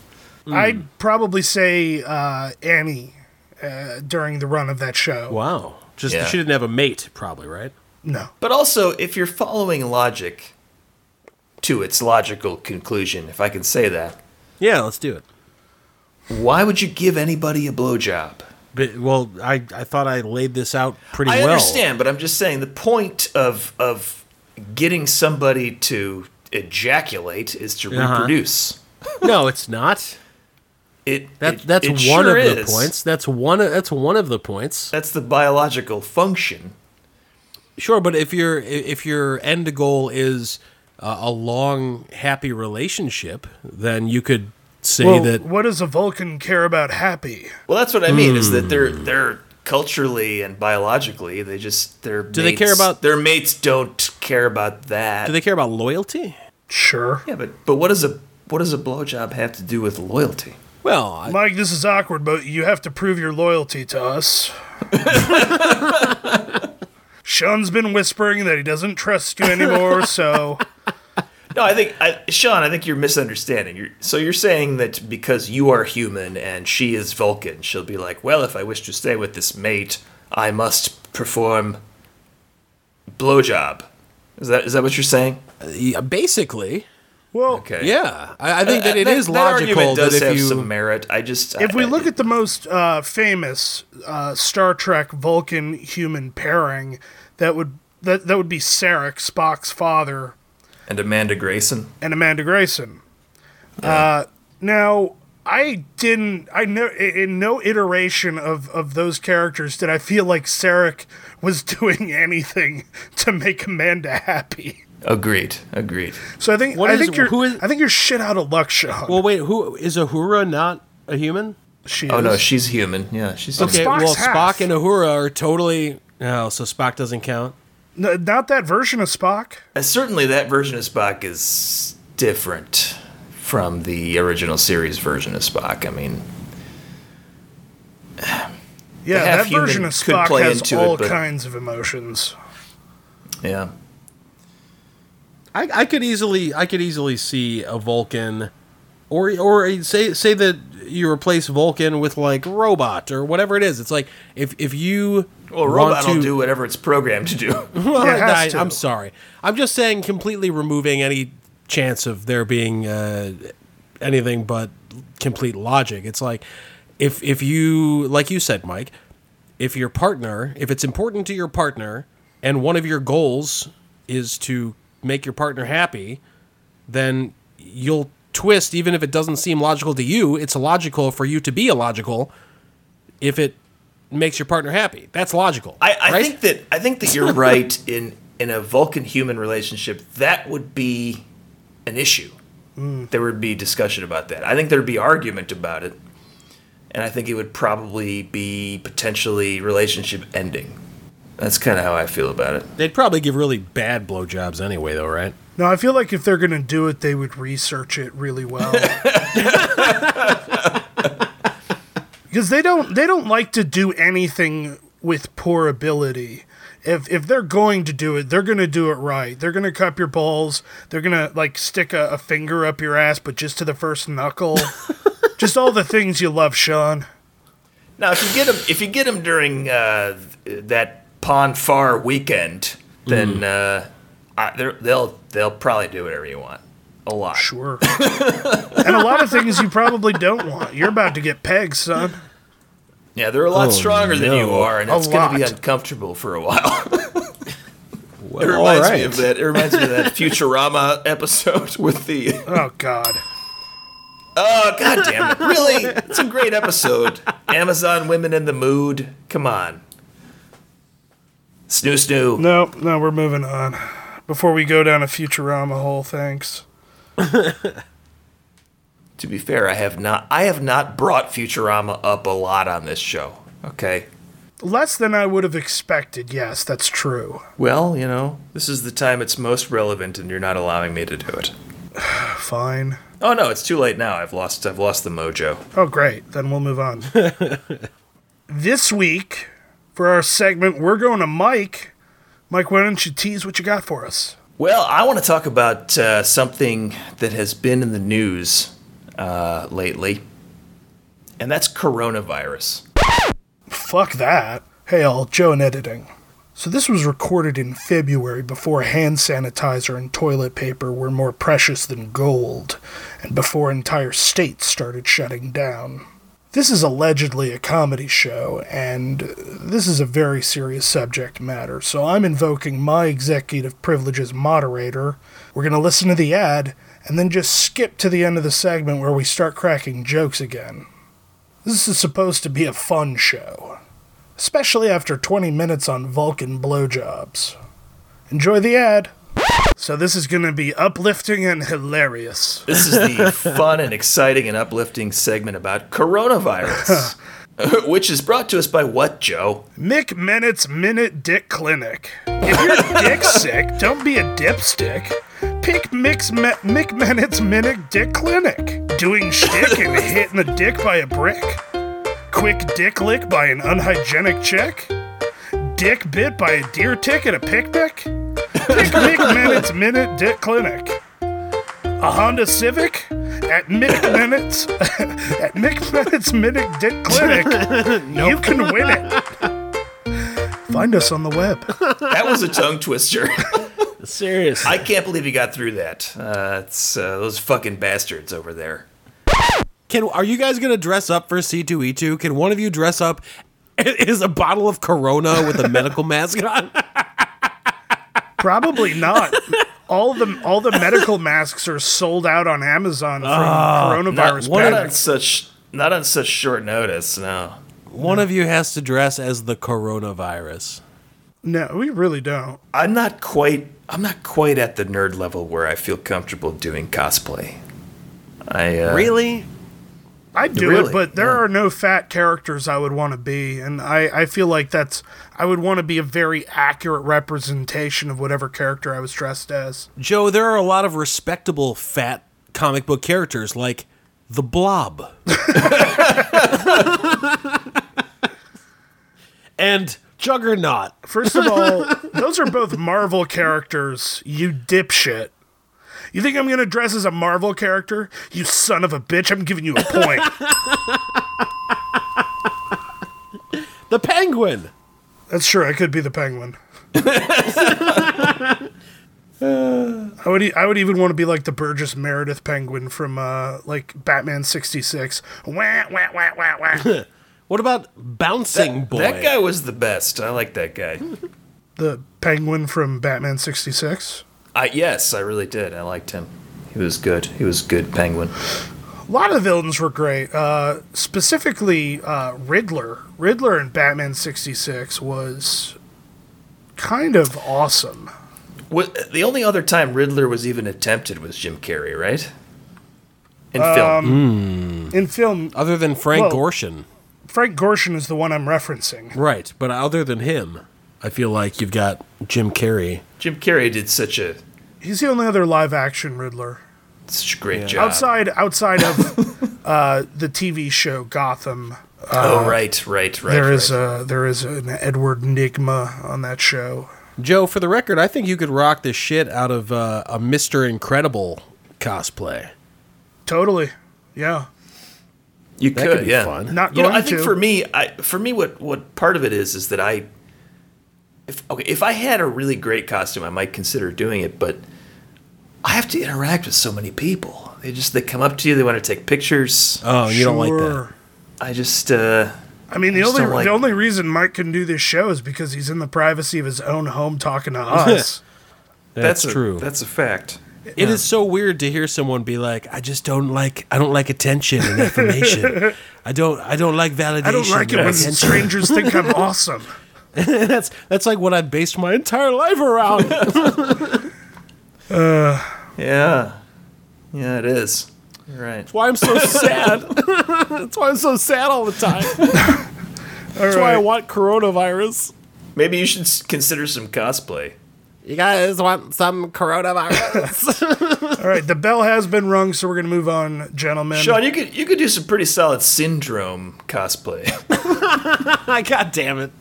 Speaker 3: Hmm.
Speaker 1: I'd probably say uh, Annie uh, during the run of that show.
Speaker 2: Wow, just
Speaker 3: Yeah.
Speaker 2: she didn't have a mate, probably, right?
Speaker 1: No.
Speaker 3: but also, if you're following logic to its logical conclusion, if I can say that,
Speaker 2: Yeah, let's do it.
Speaker 3: why would you give anybody a blowjob?
Speaker 2: But, well, I, I thought I laid this out pretty
Speaker 3: I
Speaker 2: well.
Speaker 3: understand, but I'm just saying the point of of getting somebody to ejaculate is to
Speaker 2: Uh-huh.
Speaker 3: reproduce.
Speaker 2: No, it's not.
Speaker 3: It
Speaker 2: That
Speaker 3: it-
Speaker 2: that's
Speaker 3: it
Speaker 2: one
Speaker 3: sure
Speaker 2: of
Speaker 3: is.
Speaker 2: the points. That's one. Of, that's one of the points.
Speaker 3: That's the biological function.
Speaker 2: Sure, but if your if your end goal is uh, a long happy relationship, then you could say
Speaker 1: Well,
Speaker 2: that.
Speaker 1: Oh, what does a Vulcan care about happy?
Speaker 3: Well, that's what I mean. Is that they're
Speaker 2: Hmm.
Speaker 3: they're culturally and biologically they just they're do
Speaker 2: they care about-
Speaker 3: their mates don't care about that.
Speaker 2: Do they care about loyalty?
Speaker 1: Sure.
Speaker 3: yeah, but but what does a what does a blowjob have to do with loyalty?
Speaker 2: Well, I,
Speaker 1: Mike, this is awkward, but you have to prove your loyalty to us. Sean's been whispering that he doesn't trust you anymore, so
Speaker 3: No, I think I, Sean, I think you're misunderstanding. You're, so you're saying that because you are human and she is Vulcan, she'll be like, well, if I wish to stay with this mate, I must perform blowjob. Is that is that what you're saying?
Speaker 2: yeah, basically,
Speaker 1: well,
Speaker 3: Okay.
Speaker 2: yeah. I, I think Uh, that it is logical
Speaker 3: argument
Speaker 2: that,
Speaker 3: does
Speaker 2: if
Speaker 3: have
Speaker 2: you
Speaker 3: some merit. I just
Speaker 1: if we
Speaker 3: I-
Speaker 1: look at the most uh, famous uh, Star Trek Vulcan human pairing, that would that that would be Sarek, Spock's father,
Speaker 3: and Amanda Grayson.
Speaker 1: and Amanda Grayson. Uh, now, I didn't. I know in no iteration of of those characters did I feel like Sarek was doing anything to make Amanda happy.
Speaker 3: Agreed. Agreed.
Speaker 1: So I think
Speaker 2: What
Speaker 1: I
Speaker 2: is-
Speaker 1: think you're
Speaker 2: who is-
Speaker 1: I think you're shit out of luck, Sean.
Speaker 2: Well, wait. Who is Ahura? Not a human?
Speaker 1: she
Speaker 3: Oh
Speaker 1: is.
Speaker 3: no, she's human. Yeah, she's human.
Speaker 2: Okay.
Speaker 1: Spock's
Speaker 2: well,
Speaker 1: half.
Speaker 2: Spock and Ahura are totally. Oh, so Spock doesn't count.
Speaker 1: No, not that version of Spock.
Speaker 3: Uh, certainly that version of Spock is different from the original series version of Spock. I mean,
Speaker 1: Yeah,
Speaker 3: half
Speaker 1: that
Speaker 3: human
Speaker 1: version of
Speaker 3: could
Speaker 1: Spock
Speaker 3: play
Speaker 1: has
Speaker 3: into it,
Speaker 1: all
Speaker 3: but-
Speaker 1: kinds of emotions.
Speaker 3: yeah.
Speaker 2: I, I could easily I could easily see a Vulcan, or or a- say say that you replace Vulcan with like robot or whatever it is. It's like if if you
Speaker 3: Well, a robot will do whatever it's programmed to do.
Speaker 2: Well,
Speaker 1: It has
Speaker 2: I,
Speaker 1: to.
Speaker 2: am sorry. I'm just saying completely removing any chance of there being uh, anything but complete logic. It's like if if you like you said, Mike, if your partner, if it's important to your partner, and one of your goals is to make your partner happy, then you'll twist even if it doesn't seem logical to you, it's logical for you to be illogical if it makes your partner happy. That's logical.
Speaker 3: I, I
Speaker 2: right?
Speaker 3: think that I think that you're right in in a Vulcan human relationship that would be an issue. There would be discussion about that. I think there'd be argument about it, and I think it would probably be potentially relationship ending. That's kind of how I feel about it.
Speaker 2: They'd probably give really bad blowjobs anyway, though, right?
Speaker 1: No, I feel like if they're going to do it, they would research it really well. Because they don't they don't like to do anything with poor ability. If if they're going to do it, they're going to do it right. They're going to cup your balls. They're going to like stick a, a finger up your ass, but just to the first knuckle. just all the things you love, Sean.
Speaker 3: Now, if you get them, if you get 'em during uh, th- that Pon Far weekend, then uh, I, they're- they'll they'll probably do whatever you want. A lot.
Speaker 1: Sure. and a lot of things you probably don't want. You're about to get pegged, son.
Speaker 3: Yeah, they're a lot
Speaker 2: Oh,
Speaker 3: stronger than you
Speaker 2: no.
Speaker 3: are, and
Speaker 1: A
Speaker 3: it's going to be
Speaker 1: lot.
Speaker 3: uncomfortable for a while.
Speaker 2: Well,
Speaker 3: it reminds me of that. It reminds me of that Futurama episode with the.
Speaker 1: Oh God.
Speaker 3: Oh God damn it! Really, it's a great episode. Amazon women in the mood. Come on. Snoo snoo.
Speaker 1: No, no, we're moving on. Before we go down a Futurama hole, thanks.
Speaker 3: To be fair, I have not. I have not brought Futurama up a lot on this show. Okay.
Speaker 1: Less than I would have expected. Yes, that's true.
Speaker 3: Well, you know, this is the time it's most relevant, and you're not allowing me to do it.
Speaker 1: Fine.
Speaker 3: Oh no, it's too late now. I've lost. I've lost the mojo.
Speaker 1: Oh, great. Then we'll move on. this week, for our segment, we're going to Mike. Mike, why don't you tease what you got for us?
Speaker 3: Well, I want to talk about uh, something that has been in the news uh, lately, and that's coronavirus.
Speaker 1: Fuck that. Hey, all, Joe in editing. So, this was recorded in February before hand sanitizer and toilet paper were more precious than gold, and before entire states started shutting down. This is allegedly a comedy show, and this is a very serious subject matter, so I'm invoking my executive privilege as moderator. We're going to listen to the ad, and then just skip to the end of the segment where we start cracking jokes again. This is supposed to be a fun show, especially after 20 minutes on Vulcan blowjobs. Enjoy the ad. So this is going to be uplifting and hilarious.
Speaker 3: This is the fun and exciting and uplifting segment about coronavirus, which is brought to us by what, Joe?
Speaker 1: Mick Minutes Minute Dick Clinic. If you're dick sick, don't be a dipstick. Pick Mick's Me- Mick Minutes Minute Dick Clinic. Doing shtick and hitting the dick by a brick. Quick dick lick by an unhygienic chick. Dick bit by a deer tick at a picnic. Pick Mick Minutes Minute Dick Clinic. A Honda Civic at Mick Minutes at Mick Minutes Minute Dick Clinic. You can win it. Find us on the web.
Speaker 3: That was a tongue twister.
Speaker 2: Seriously.
Speaker 3: I can't believe you got through that. Uh, it's uh, those fucking bastards over there.
Speaker 2: Can are you guys gonna dress up for C two E two? Can one of you dress up? Is a bottle of Corona with a medical mask on?
Speaker 1: Probably not. All the all the medical masks are sold out on Amazon from
Speaker 3: Ah, Not,
Speaker 1: coronavirus
Speaker 3: not on
Speaker 1: pandemic.
Speaker 3: such not on such short notice. No.
Speaker 2: One of you has to dress as the coronavirus.
Speaker 1: No, we really don't.
Speaker 3: I'm not quite I'm not quite at the nerd level where I feel comfortable doing cosplay. I uh,
Speaker 2: Really?
Speaker 1: I do
Speaker 3: Really?
Speaker 1: it, but there
Speaker 3: Yeah.
Speaker 1: are no fat characters I would want to be, and I, I feel like that's I would want to be a very accurate representation of whatever character I was dressed as.
Speaker 2: Joe, there are a lot of respectable fat comic book characters like the Blob. and Juggernaut.
Speaker 1: First of all, those are both Marvel characters, you dipshit. You think I'm gonna dress as a Marvel character? You son of a bitch, I'm giving you a point.
Speaker 2: The Penguin.
Speaker 1: That's true. I could be the penguin. I would. E- I would even want to be like the Burgess Meredith penguin from uh, like Batman '66. Wah wah wah wah wah.
Speaker 2: What about Bouncing Boy?
Speaker 3: That guy was the best. I like that guy.
Speaker 1: the penguin from Batman '66.
Speaker 3: I yes, I really did. I liked him. He was good. He was good penguin.
Speaker 1: A lot of the villains were great. Uh, specifically, uh, Riddler. Riddler in Batman '66 was kind of awesome.
Speaker 3: Wa- the only other time Riddler was even attempted was Jim Carrey, right? In
Speaker 1: Um,
Speaker 3: film.
Speaker 1: In film,
Speaker 2: Other than Frank
Speaker 1: Well-
Speaker 2: Gorshin.
Speaker 1: Frank Gorshin is the one I'm referencing.
Speaker 2: Right. But other than him, I feel like you've got Jim Carrey.
Speaker 3: Jim Carrey did such a
Speaker 1: He's the only other live-action Riddler
Speaker 3: such a great job.
Speaker 1: outside
Speaker 2: Um,
Speaker 1: outside of uh, the TV show Gotham.
Speaker 3: oh right, right, right.
Speaker 1: There
Speaker 3: right.
Speaker 1: is a there is an Edward Nigma on that show.
Speaker 2: Joe, for the record, I think you could rock the shit out of uh, a Mr. Incredible cosplay.
Speaker 1: Totally, yeah.
Speaker 3: you
Speaker 2: That
Speaker 3: could,
Speaker 2: could be
Speaker 3: yeah.
Speaker 2: fun.
Speaker 1: Not
Speaker 3: You
Speaker 1: going
Speaker 3: know, I think
Speaker 1: to.
Speaker 3: for me, I for me, what what part of it is is that I, if okay, if I had a really great costume, I might consider doing it, but I have to interact with so many people. They just they come up to you, they want to take pictures.
Speaker 2: Oh, you don't like that.
Speaker 1: Sure.
Speaker 3: I just uh,
Speaker 1: I mean, the
Speaker 3: just
Speaker 1: only
Speaker 3: don't like-
Speaker 1: the only reason Mike can do this show is because he's in the privacy of his own home talking to us.
Speaker 2: That's,
Speaker 3: a-
Speaker 2: true.
Speaker 3: that's a fact.
Speaker 2: It is so weird to hear someone be like, "I just don't like, I don't like attention and affirmation. I don't, I don't like validation.
Speaker 1: I don't like it
Speaker 2: and
Speaker 1: when
Speaker 2: attention."
Speaker 1: strangers think I'm awesome.
Speaker 2: that's that's like what I based my entire life around.
Speaker 3: Yeah, yeah, it is. You're right.
Speaker 2: why I'm so sad. That's why I'm so sad all the time.
Speaker 1: That's
Speaker 2: want coronavirus.
Speaker 3: Maybe you should s- consider some cosplay.
Speaker 2: You guys want some coronavirus?
Speaker 1: All right, the bell has been rung, so we're gonna move on, gentlemen.
Speaker 2: Um,
Speaker 3: Sean, you could you could do some pretty solid syndrome cosplay.
Speaker 2: God damn it!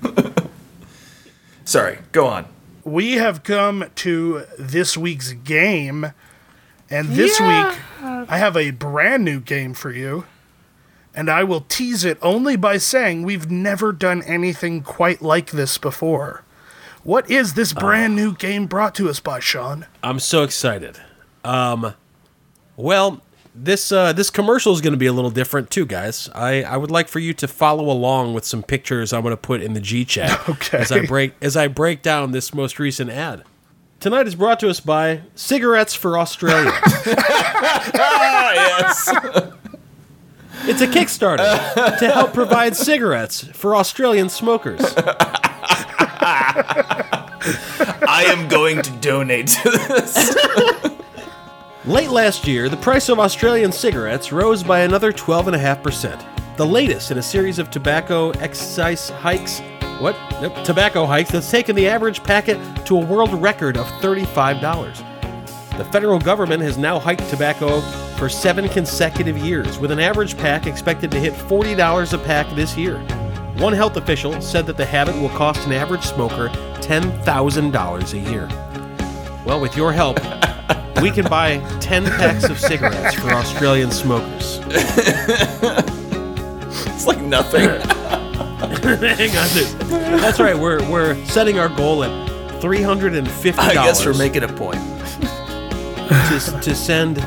Speaker 3: Sorry, go on.
Speaker 1: we have come to this week's game, and this week I have a brand new game for you, and I will tease it only by saying we've never done anything quite like this before. What is this brand new game brought to us by Sean?
Speaker 2: I'm so excited. Um, well, this uh, this commercial is going to be a little different too, guys. I, I would like for you to follow along with some pictures I'm going to put in the G chat
Speaker 1: Okay.
Speaker 2: as I break as I break down this most recent ad. Tonight is brought to us by Cigarettes for Australia.
Speaker 3: Ah, yes.
Speaker 2: It's a Kickstarter to help provide cigarettes for Australian smokers.
Speaker 3: I am going to donate to this.
Speaker 2: Late last year, the price of Australian cigarettes rose by another 12.5%, the latest in a series of tobacco excise hikes. What? Nope, tobacco hikes that's taken the average packet to a world record of $35. The federal government has now hiked tobacco for seven consecutive years, with an average pack expected to hit $40 a pack this year. One health official said that the habit will cost an average smoker $10,000 a year. Well, with your help, we can buy 10 packs of cigarettes for Australian smokers.
Speaker 3: It's like nothing.
Speaker 2: Hang on, dude. That's right. We're, we're setting our goal at $350
Speaker 3: I guess we're making a point.
Speaker 2: to, to send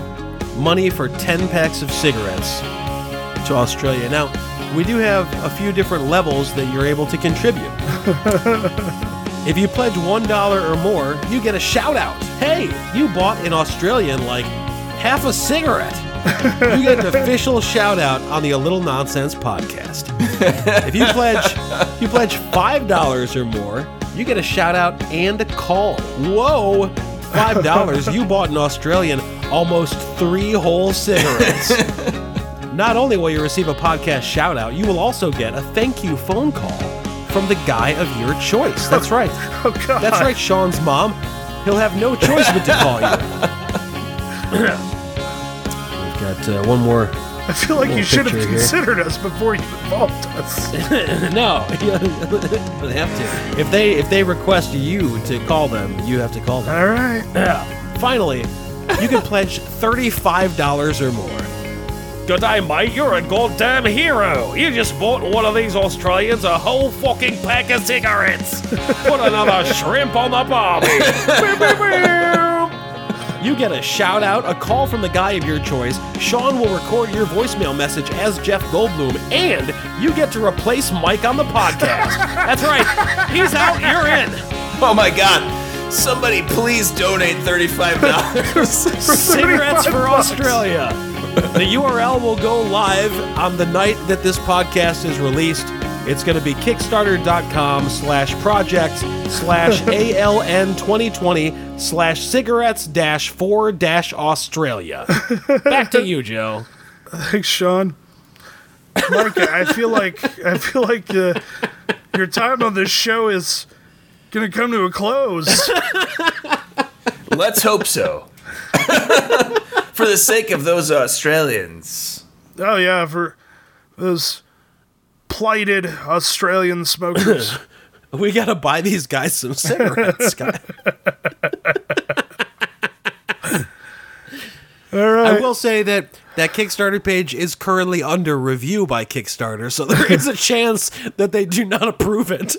Speaker 2: money for 10 packs of cigarettes to Australia. Now, we do have a few different levels that you're able to contribute. if you pledge $1 or more, you get a shout out. Hey, you bought in Australian like half a cigarette. You get an official shout out on the A Little Nonsense podcast. If you pledge you pledge five dollars or more, you get a shout out and a call. Whoa! Five dollars, you bought an Australian almost three whole cigarettes. Not only will you receive a podcast shout out, you will also get a thank you phone call from the guy of your choice. That's right.
Speaker 1: Oh God!
Speaker 2: That's right, Sean's mom. He'll have no choice but to call you. We've got uh, one more
Speaker 1: I feel like you
Speaker 2: Little
Speaker 1: should have
Speaker 2: picture here.
Speaker 1: considered us before you involved us.
Speaker 2: No, they have to. If they if they request you to call them, you have to call them.
Speaker 1: All right.
Speaker 2: Finally, you can pledge thirty-five dollars or more.
Speaker 4: Good day, mate. You're a goddamn hero. You just bought one of these Australians a whole fucking pack of cigarettes. Put another shrimp on the barbie.
Speaker 2: You get a shout out, a call from the guy of your choice. Sean will record your voicemail message as Jeff Goldblum, and you get to replace Mike on the podcast. That's right. He's out. You're in.
Speaker 3: Oh my god. Somebody please donate $35.
Speaker 4: Cigarettes
Speaker 1: 35
Speaker 4: for
Speaker 1: bucks.
Speaker 4: Australia.
Speaker 2: The URL will go live on the night that this podcast is released. It's going to be kickstarter.com slash project slash ALN 2020 slash cigarettes dash four dash Australia. Back to you, Joe.
Speaker 1: Thanks, Sean. Mike, I feel like I feel like uh, your time on this show is gonna come to a close.
Speaker 3: Let's hope so. For the sake of those Australians.
Speaker 1: Oh yeah, for those plighted Australian smokers.
Speaker 2: We got to buy these guys some cigarettes, guys.
Speaker 1: All
Speaker 2: I
Speaker 1: right.
Speaker 2: will say that that Kickstarter page is currently under review by Kickstarter, so there is a chance that they do not approve it.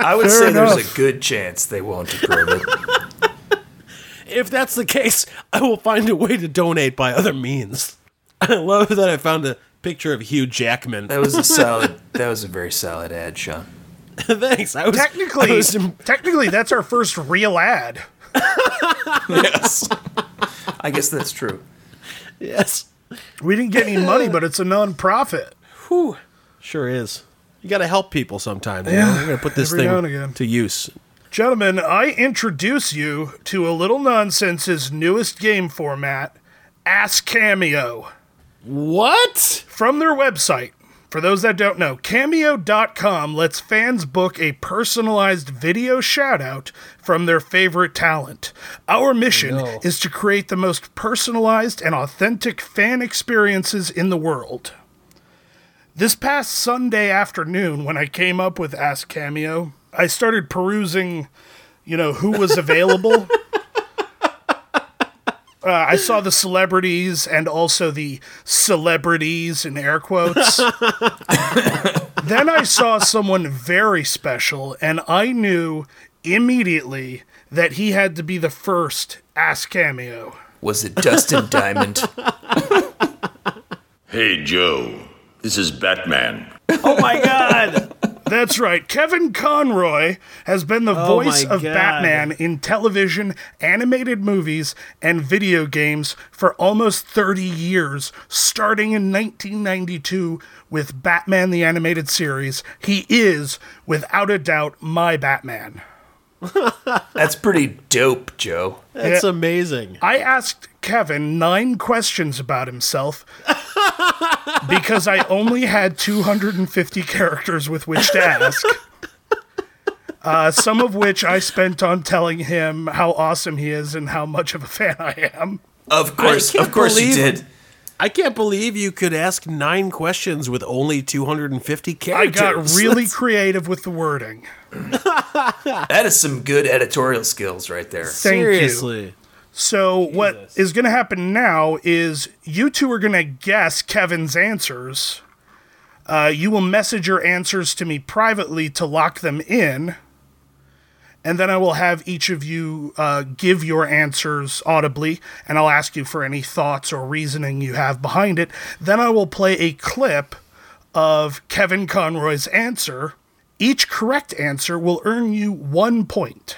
Speaker 3: I would
Speaker 1: Fair
Speaker 3: say there's
Speaker 1: enough.
Speaker 3: a good chance they won't approve it.
Speaker 2: If that's the case, I will find a way to donate by other means. I love that I found a picture of Hugh Jackman.
Speaker 3: That was a solid. That was a very solid ad, Sean.
Speaker 2: Thanks. I was I
Speaker 1: Technically,
Speaker 2: was im-
Speaker 1: technically, that's our first real ad.
Speaker 3: Yes. I guess that's true.
Speaker 2: yes,
Speaker 1: We didn't get any money, but it's a non-profit.
Speaker 2: sure is. You got to help people sometime. Yeah,
Speaker 1: Yeah,
Speaker 2: we're gonna put this
Speaker 1: every now and
Speaker 2: thing
Speaker 1: again.
Speaker 2: to use.
Speaker 1: Gentlemen, I introduce you to a little nonsense's newest game format, Ask Cameo.
Speaker 2: What?
Speaker 1: From their website, for those that don't know, cameo.com lets fans book a personalized video shout out from their favorite talent. Our mission is to create the most personalized and authentic fan experiences in the world. This past Sunday afternoon, when I came up with Ask Cameo, I started perusing, you know, who was available. Uh, I saw the celebrities and also the celebrities in air quotes. then I saw someone very special, and I knew immediately that he had to be the first Ask Cameo.
Speaker 3: Was it Dustin Diamond?
Speaker 5: Hey, Joe. This is Batman.
Speaker 4: Oh my god.
Speaker 1: That's right. Kevin Conroy has been the
Speaker 2: Oh
Speaker 1: voice
Speaker 2: my
Speaker 1: of
Speaker 2: God.
Speaker 1: Batman in television, animated movies, and video games for almost 30 years, starting in 1992 with Batman the Animated Series. He is, without a doubt, my Batman.
Speaker 3: That's pretty dope, Joe.
Speaker 2: That's amazing.
Speaker 1: I asked Kevin nine questions about himself because I only had 250 characters with which to ask. Uh, some of which I spent on telling him how awesome he is and how much of a fan I am.
Speaker 3: Of course,
Speaker 2: can't
Speaker 3: of course you
Speaker 2: believe-
Speaker 3: did.
Speaker 2: I can't believe you could ask nine questions with only 250
Speaker 1: I
Speaker 2: characters.
Speaker 1: got really creative with the wording.
Speaker 3: That is some good editorial skills right there.
Speaker 1: Thank you.
Speaker 2: seriously.
Speaker 1: So, what is going to happen now is you two are going to guess Kevin's answers. Uh, you will message your answers to me privately to lock them in. And then I will have each of you uh, give your answers audibly, and I'll ask you for any thoughts or reasoning you have behind it. Then I will play a clip of Kevin Conroy's answer. Each correct answer will earn you one point.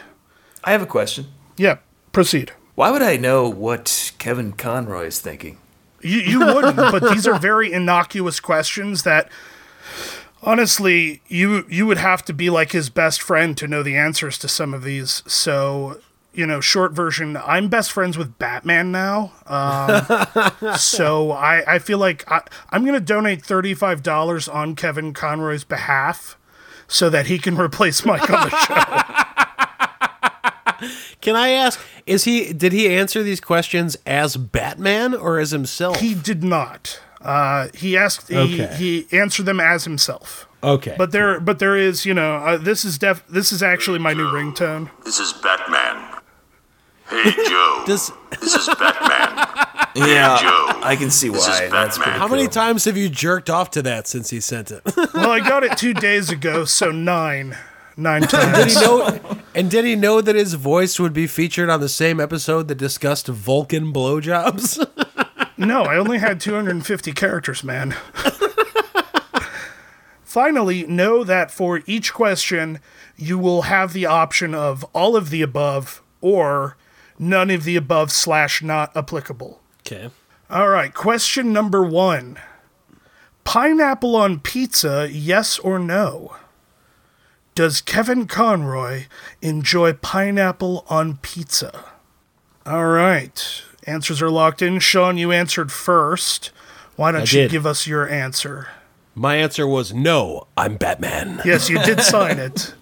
Speaker 3: I have a question.
Speaker 1: Yeah, proceed.
Speaker 3: Why would I know what Kevin Conroy is thinking?
Speaker 1: You, you wouldn't, but these are very innocuous questions that honestly you you would have to be like his best friend to know the answers to some of these. So, you know, short version, I'm best friends with Batman now. Um, so I, I feel like I, I'm going to donate $35 on Kevin Conroy's behalf so that he can replace Mike on the show.
Speaker 2: Can I ask? Is he? Did he answer these questions as Batman or as himself?
Speaker 1: he did not. Uh, he asked, he,
Speaker 2: Okay.
Speaker 1: he answered them as himself.
Speaker 2: okay,
Speaker 1: But there, but there is, you know, uh, this is def. This is actually my new ringtone.
Speaker 5: This is Batman. Hey, Joe.
Speaker 2: This-
Speaker 5: This is Batman.
Speaker 3: Yeah,
Speaker 5: Joe.
Speaker 3: I can see why.
Speaker 5: is
Speaker 3: That's
Speaker 5: Batman.
Speaker 3: pretty
Speaker 2: How many
Speaker 3: cool.
Speaker 2: times have you jerked off to that since he sent it?
Speaker 1: Well, I got it two days ago, so nine, nine
Speaker 2: did
Speaker 1: times.
Speaker 2: he know? And did he know that his voice would be featured on the same episode that discussed Vulcan blowjobs?
Speaker 1: No, I only had 250 characters, man. Finally, know that for each question, you will have the option of all of the above or none of the above slash not applicable.
Speaker 2: Okay.
Speaker 1: All right, question number one Pineapple on pizza, yes or no? Does Kevin Conroy enjoy pineapple on pizza? All right, answers are locked in. Sean, you answered first. Why don't
Speaker 2: I
Speaker 1: you
Speaker 2: did.
Speaker 1: give us your answer?
Speaker 2: My answer was no. I'm Batman.
Speaker 1: Yes, you did sign it.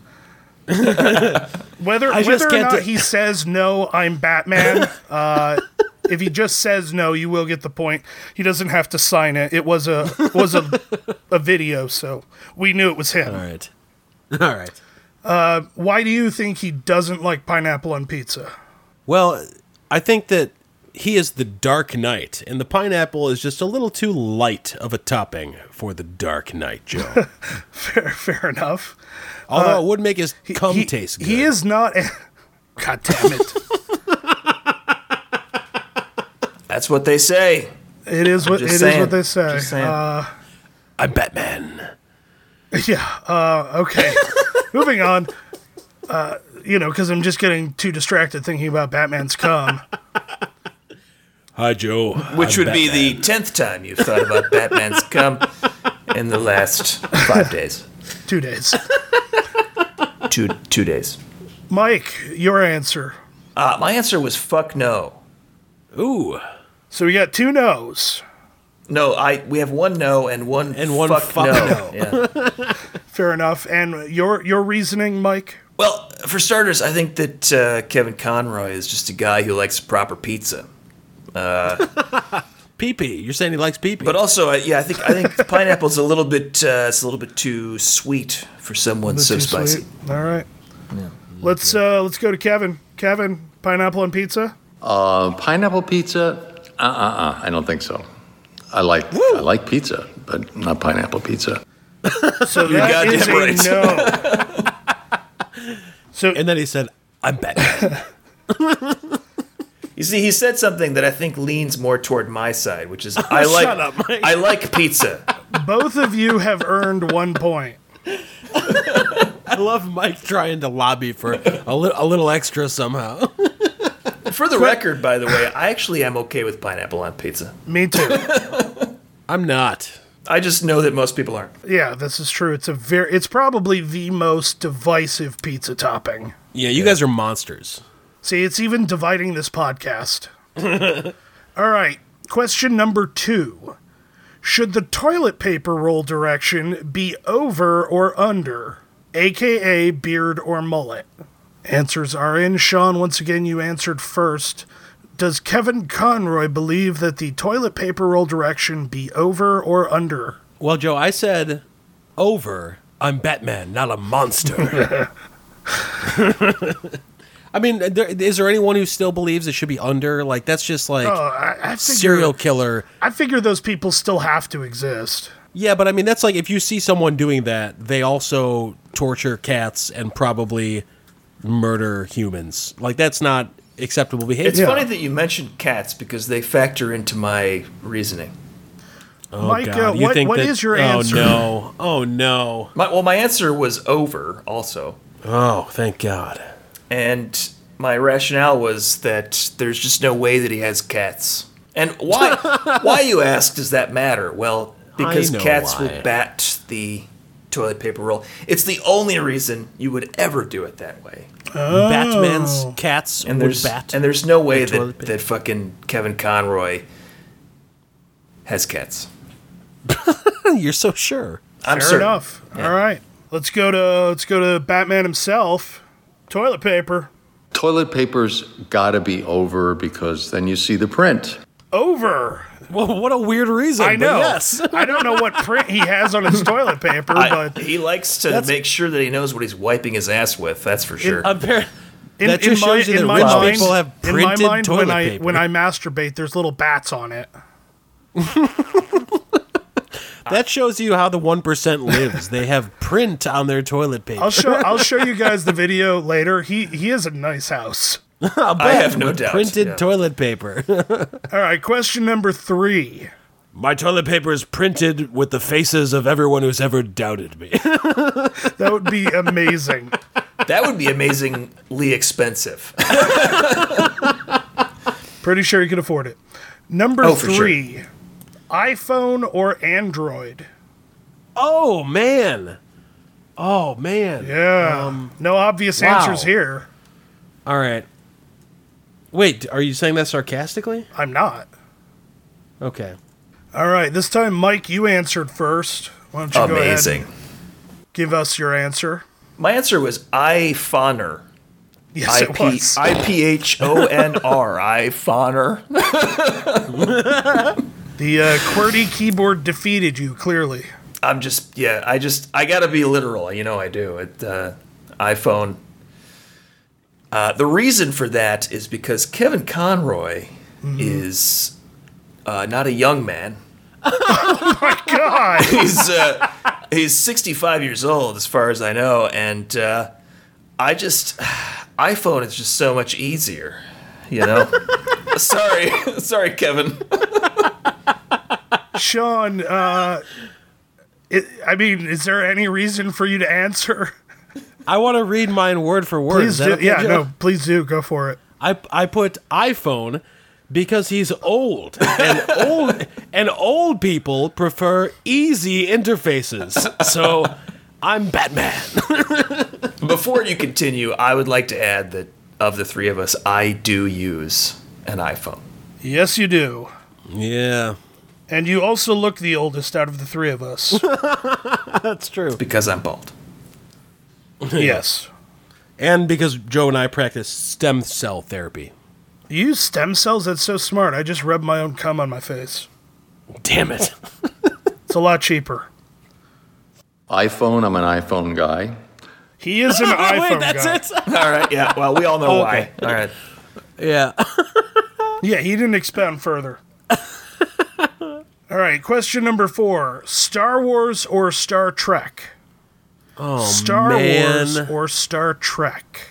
Speaker 1: whether
Speaker 2: I just
Speaker 1: whether or
Speaker 2: can't
Speaker 1: not
Speaker 2: do-
Speaker 1: he says no, I'm Batman. Uh, if he just says no, you will get the point. He doesn't have to sign it. It was a was a a video, so we knew it was him.
Speaker 2: All right. All right.
Speaker 1: Why do you think he doesn't like pineapple on pizza?
Speaker 2: Well, I think that he is the Dark Knight, and the pineapple is just a little too light of a topping for the Dark Knight,
Speaker 1: Uh,
Speaker 2: Joe.
Speaker 1: Fair, fair enough.
Speaker 2: Although it would make his cum
Speaker 1: he,
Speaker 2: taste good.
Speaker 1: He is not. A- God damn it!
Speaker 3: That's what they say.
Speaker 1: It is what it
Speaker 3: Just
Speaker 1: is
Speaker 3: saying.
Speaker 1: what they say.
Speaker 3: Just saying.
Speaker 2: I'm Batman.
Speaker 1: Yeah. Uh, okay. Moving on. Uh, you know, because I'm just getting too distracted thinking about Batman's cum.
Speaker 2: Hi, Joe.
Speaker 3: Which
Speaker 2: I'm
Speaker 3: would be
Speaker 2: Batman.
Speaker 3: the tenth time you've thought about Batman's cum in the last five days.
Speaker 1: Two days.
Speaker 3: Two two days.
Speaker 1: Mike, your answer.
Speaker 3: Uh, my answer was fuck no.
Speaker 2: ooh
Speaker 1: So we got two no's.
Speaker 3: No, I we have one no and one
Speaker 2: And one
Speaker 3: fuck,
Speaker 2: fuck
Speaker 3: no. Yeah.
Speaker 1: Fair enough. And your your reasoning, Mike.
Speaker 3: Well, for starters, I think that uh, Kevin Conroy is just a guy who likes proper pizza.
Speaker 2: pee pee. You're saying he likes pee pee,
Speaker 3: But also, I yeah, I think I think pineapple's a little bit uh, it's a little bit too sweet for someone so
Speaker 1: Too
Speaker 3: spicy.
Speaker 1: sweet. All right. Let's uh let's go to Kevin. Kevin, pineapple and pizza.
Speaker 6: Pineapple pizza? Uh uh uh. I don't think so. I like I like pizza, but not pineapple pizza.
Speaker 1: So that
Speaker 3: goddamn
Speaker 1: is a
Speaker 3: right.
Speaker 1: no. So
Speaker 2: and then he said, "I'm Batman."
Speaker 3: You see, he said something that I think leans more toward my side, which is I like
Speaker 2: up, Mike.
Speaker 3: I like pizza.
Speaker 1: both of you have earned one point.
Speaker 2: I love Mike trying to lobby for a, li- a little extra somehow.
Speaker 3: For the record, by the way, I actually am okay with pineapple on pizza.
Speaker 1: Me too.
Speaker 2: I'm not.
Speaker 3: I just know that most people aren't.
Speaker 1: Yeah, this is true. It's a very it's probably the most divisive pizza topping.
Speaker 2: Yeah, you guys are monsters.
Speaker 1: See, it's even dividing this podcast. All right, question number 2. Should the toilet paper roll direction be over or under, aka beard or mullet? Answers are in. Sean, once again you answered first. Does Kevin Conroy believe that the toilet paper roll direction be over or under?
Speaker 2: Well, Joe, I said over. I'm Batman, not a monster. I mean, there, is there anyone who still believes it should be under? Like that's just like
Speaker 1: Oh, I, I figure-
Speaker 2: serial killer.
Speaker 1: I figure those people still have to exist.
Speaker 2: Yeah, but I mean that's like if you see someone doing that, they also torture cats and probably murder humans. Like that's not acceptable behavior.
Speaker 3: It's funny that you mentioned cats because they factor into my reasoning.
Speaker 2: Oh,
Speaker 1: Mike, uh,
Speaker 2: You
Speaker 1: what-
Speaker 2: think
Speaker 1: what
Speaker 2: that-
Speaker 1: is your
Speaker 2: oh,
Speaker 1: answer?
Speaker 2: no! Oh no!
Speaker 3: My, well, my answer was over also,
Speaker 2: Oh, thank God!
Speaker 3: and my rationale was that there's just no way that he has cats. And why? why you ask? Does that matter? Well, because
Speaker 2: know
Speaker 3: cats
Speaker 2: why.
Speaker 3: will bat the toilet paper roll. It's the only reason you would ever do it that way.
Speaker 1: Oh.
Speaker 2: Batman's cats
Speaker 3: And
Speaker 2: would
Speaker 3: there's
Speaker 2: bat.
Speaker 3: and there's no way
Speaker 2: toilet
Speaker 3: that,
Speaker 2: paper.
Speaker 3: that fucking Kevin Conroy has cats.
Speaker 2: You're so sure.
Speaker 3: I'm
Speaker 1: Fair
Speaker 3: certain.
Speaker 1: enough. All right, let's go to let's go to Batman himself. Toilet paper
Speaker 6: Toilet paper's gotta be over because then you see the print.
Speaker 1: over.
Speaker 2: Well, what a weird reason.
Speaker 1: I
Speaker 2: but
Speaker 1: know.
Speaker 2: Yes.
Speaker 1: I don't know what print he has on his toilet paper,
Speaker 3: I-
Speaker 1: but
Speaker 3: he likes to make sure that he knows what he's wiping his ass with. That's for sure.
Speaker 2: Apparently,
Speaker 1: in,
Speaker 2: that
Speaker 1: in
Speaker 2: just
Speaker 1: my,
Speaker 2: shows you
Speaker 1: in
Speaker 2: that
Speaker 1: my mind,
Speaker 2: rich people have
Speaker 1: in my
Speaker 2: printed
Speaker 1: mind
Speaker 2: toilet
Speaker 1: when I
Speaker 2: paper.
Speaker 1: when I masturbate, there's little bats on it.
Speaker 2: that shows you how the one percent lives. they have print on their toilet paper.
Speaker 1: I'll show I'll show you guys the video later. He he has a nice house.
Speaker 2: I
Speaker 3: have no doubt,
Speaker 2: Printed
Speaker 3: yeah.
Speaker 2: toilet paper.
Speaker 1: All right, question number three.
Speaker 4: My toilet paper is printed with the faces of everyone who's ever doubted me.
Speaker 1: That would be amazing.
Speaker 3: That would be amazingly expensive.
Speaker 1: Pretty sure you can afford it. Number
Speaker 3: Oh, for sure.
Speaker 1: three, iPhone or Android?
Speaker 4: oh man. Oh man.
Speaker 1: Yeah. no obvious
Speaker 4: wow.
Speaker 1: answers here.
Speaker 2: All right. Wait, are you saying that sarcastically?
Speaker 1: I'm not.
Speaker 2: Okay.
Speaker 1: All right, this time, Mike, you answered first. Why don't you go ahead and
Speaker 3: Amazing.
Speaker 1: give us your answer?
Speaker 3: My answer was iPhoner.
Speaker 1: Yes,
Speaker 3: I
Speaker 1: it
Speaker 3: P
Speaker 1: was.
Speaker 3: I P H O N R. iPhoner.
Speaker 1: the uh, QWERTY keyboard defeated you, clearly.
Speaker 3: I'm just yeah. I just I gotta be literal. You know I do. It uh, iPhone. Uh, the reason for that is because Kevin Conroy is uh, not a young man.
Speaker 1: God!
Speaker 3: He's uh, he's 65 years old, as far as I know, and uh, I just iPhone is just so much easier. You know. sorry, sorry, Kevin.
Speaker 1: Sean, uh, it, I mean, is there any reason for you to answer?
Speaker 2: I want to read mine word for word.
Speaker 1: Please
Speaker 2: Is that
Speaker 1: do.
Speaker 2: okay,
Speaker 1: Yeah,
Speaker 2: Joe?
Speaker 1: no, please do. Go for it.
Speaker 2: I I put iPhone because he's old and old and old people prefer easy interfaces. So I'm Batman.
Speaker 3: Before you continue, I would like to add that of the three of us, I do use an iPhone.
Speaker 1: Yes, you do.
Speaker 2: Yeah,
Speaker 1: And you also look the oldest out of the three of us.
Speaker 2: that's true.
Speaker 3: because I'm bald.
Speaker 1: yes.
Speaker 2: And because Joe and I practice stem cell therapy.
Speaker 1: You use stem cells? That's so smart. I just rubbed my own cum on my face.
Speaker 2: Damn it.
Speaker 1: It's a lot cheaper.
Speaker 6: iPhone, I'm an iPhone guy.
Speaker 1: He is an iPhone
Speaker 2: Wait, that's
Speaker 1: guy.
Speaker 2: it.
Speaker 3: All right, yeah. Well, we all know
Speaker 2: Okay.
Speaker 3: why. All right.
Speaker 2: Yeah.
Speaker 1: Yeah, he didn't expound further. All right, question number four Star Wars or Star Trek? Oh, Star
Speaker 2: man.
Speaker 1: Wars or Star Trek?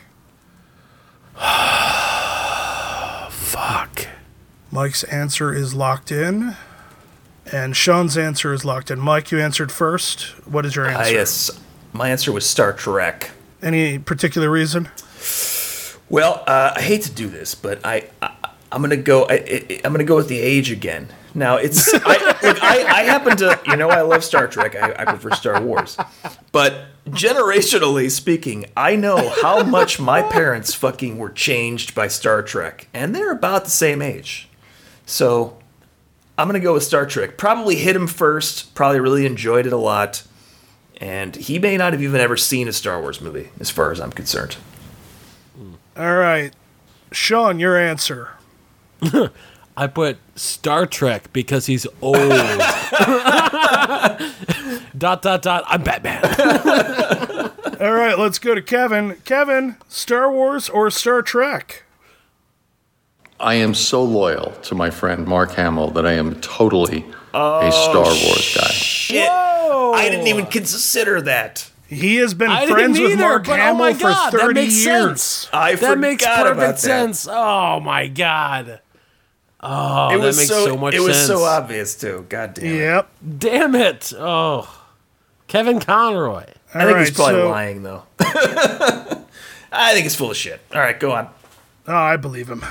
Speaker 2: Fuck.
Speaker 1: Mike's answer is locked in. And Sean's answer is locked in. Mike, you answered first. What is your
Speaker 3: Ah,
Speaker 1: answer?
Speaker 3: yes, my answer was Star Trek.
Speaker 1: Any particular reason?
Speaker 3: Well, uh, I hate to do this, but I, I I'm gonna go. I, I, I'm gonna go with the age again. Now it's I, look, I, I happen to you know I love Star Trek. I, I prefer Star Wars, but generationally speaking, I know how much my parents fucking were changed by Star Trek, and they're about the same age. So I'm gonna go with Star Trek. Probably hit him first. Probably really enjoyed it a lot, and he may not have even ever seen a Star Wars movie, as far as I'm concerned.
Speaker 1: All right. Sean, your answer.
Speaker 2: I put Star Trek because he's old. dot dot dot. I'm Batman.
Speaker 1: All right, let's go to Kevin. Kevin, Star Wars or Star Trek?
Speaker 6: I am so loyal to my friend Mark Hamill that I am totally a
Speaker 2: Oh,
Speaker 6: Star Wars guy.
Speaker 3: Shit. I didn't even consider that.
Speaker 1: He has been
Speaker 2: I didn't
Speaker 1: friends with
Speaker 2: either,
Speaker 1: Mark
Speaker 2: but oh
Speaker 1: Hamill
Speaker 2: my God,
Speaker 1: for
Speaker 2: that
Speaker 1: 30
Speaker 2: makes
Speaker 1: years.
Speaker 2: sense.
Speaker 3: I
Speaker 2: that makes
Speaker 3: forgot
Speaker 2: perfect
Speaker 3: about that.
Speaker 2: sense. Oh my god. Oh,
Speaker 3: it
Speaker 2: that
Speaker 3: was
Speaker 2: makes
Speaker 3: so,
Speaker 2: so, much
Speaker 3: It
Speaker 2: sense.
Speaker 3: was so obvious too. God damn. It.
Speaker 1: Yep.
Speaker 2: Damn it. Oh. Kevin Conroy.
Speaker 3: I think
Speaker 1: Alright,
Speaker 3: he's probably
Speaker 1: so-
Speaker 3: lying though. I think it's full of shit. All right, go on.
Speaker 1: Oh, I believe him.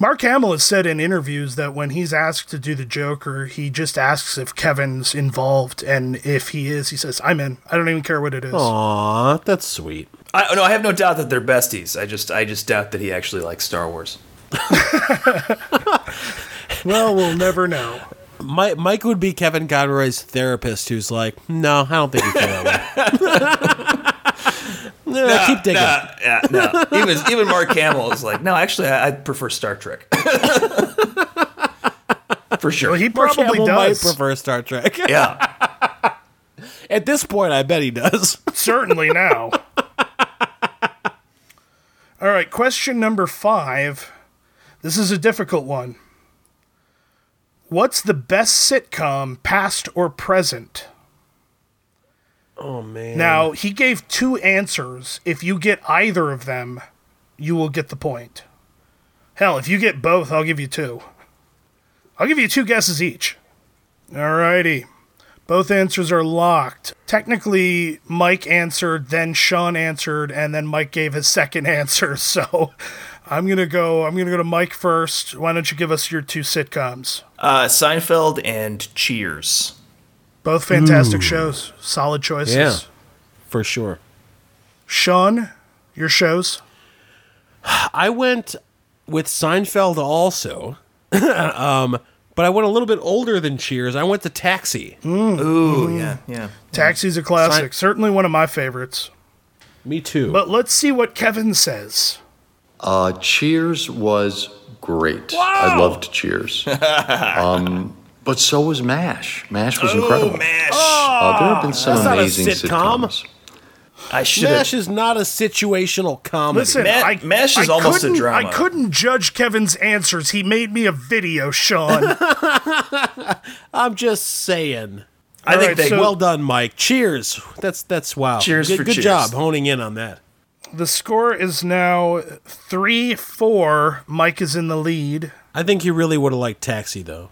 Speaker 1: Mark Hamill has said in interviews that when he's asked to do the Joker, he just asks if Kevin's involved, and if he is, he says, "I'm in. I don't even care what it is."
Speaker 2: Aw, that's sweet.
Speaker 3: I, no, I have no doubt that they're besties. I just, I just doubt that he actually likes Star Wars.
Speaker 1: Well, we'll never know.
Speaker 2: Mike, Mike would be Kevin Conroy's therapist who's like, no, I don't think you feel that way. no, keep digging.
Speaker 3: Nah, yeah, no. Even, even Mark Hamill is like, no, actually, I, I prefer Star Trek. For sure.
Speaker 1: Well, he
Speaker 2: Mark
Speaker 1: probably
Speaker 2: Hamill
Speaker 1: does.
Speaker 2: might prefer Star Trek.
Speaker 3: yeah.
Speaker 2: At this point, I bet he does.
Speaker 1: Certainly now. All right, question number five. This is a difficult one. What's the best sitcom, past or present?
Speaker 2: Oh man.
Speaker 1: Now, he gave two answers. If you get either of them, you will get the point. Hell, if you get both, I'll give you two. I'll give you two guesses each. Alrighty. Both answers are locked. Technically, Mike answered, then Sean answered, and then Mike gave his second answer. So I'm gonna go I'm gonna go to Mike first. Why don't you give us your two sitcoms?
Speaker 3: Uh, Seinfeld and Cheers.
Speaker 1: Both fantastic shows. Solid choices.
Speaker 2: Yeah. for sure.
Speaker 1: Sean, your shows?
Speaker 2: I went with Seinfeld also, um, but I went a little bit older than Cheers. I went to Taxi.
Speaker 3: Ooh, yeah, yeah.
Speaker 1: Taxi's a classic. Certainly one of my favorites.
Speaker 2: Me too.
Speaker 1: But let's see what Kevin says.
Speaker 6: Uh, Cheers was great. I loved Cheers. um, but so was MASH. MASH was incredible.
Speaker 3: Mash.
Speaker 1: Oh,
Speaker 6: Uh, there have been some
Speaker 2: Oh, That's not a
Speaker 6: amazing
Speaker 2: sitcom.
Speaker 6: sitcoms.
Speaker 3: I should have.
Speaker 2: Smash is not a situational comedy.
Speaker 1: Listen,
Speaker 3: Ma-
Speaker 1: I,
Speaker 3: MASH is
Speaker 1: I
Speaker 3: almost a
Speaker 1: couldn't-
Speaker 3: drama.
Speaker 1: I couldn't judge Kevin's answers. He made me a video, Sean.
Speaker 2: I'm just saying.
Speaker 3: I think
Speaker 1: Alright,
Speaker 3: they
Speaker 1: so-
Speaker 2: Well done, Mike. Cheers. That's that's wow.
Speaker 3: Cheers
Speaker 2: Good,
Speaker 3: for
Speaker 2: good
Speaker 3: Cheers.
Speaker 2: job honing in on that.
Speaker 1: the score is now 3 4. Mike is in the lead.
Speaker 2: I think you really would have liked Taxi though.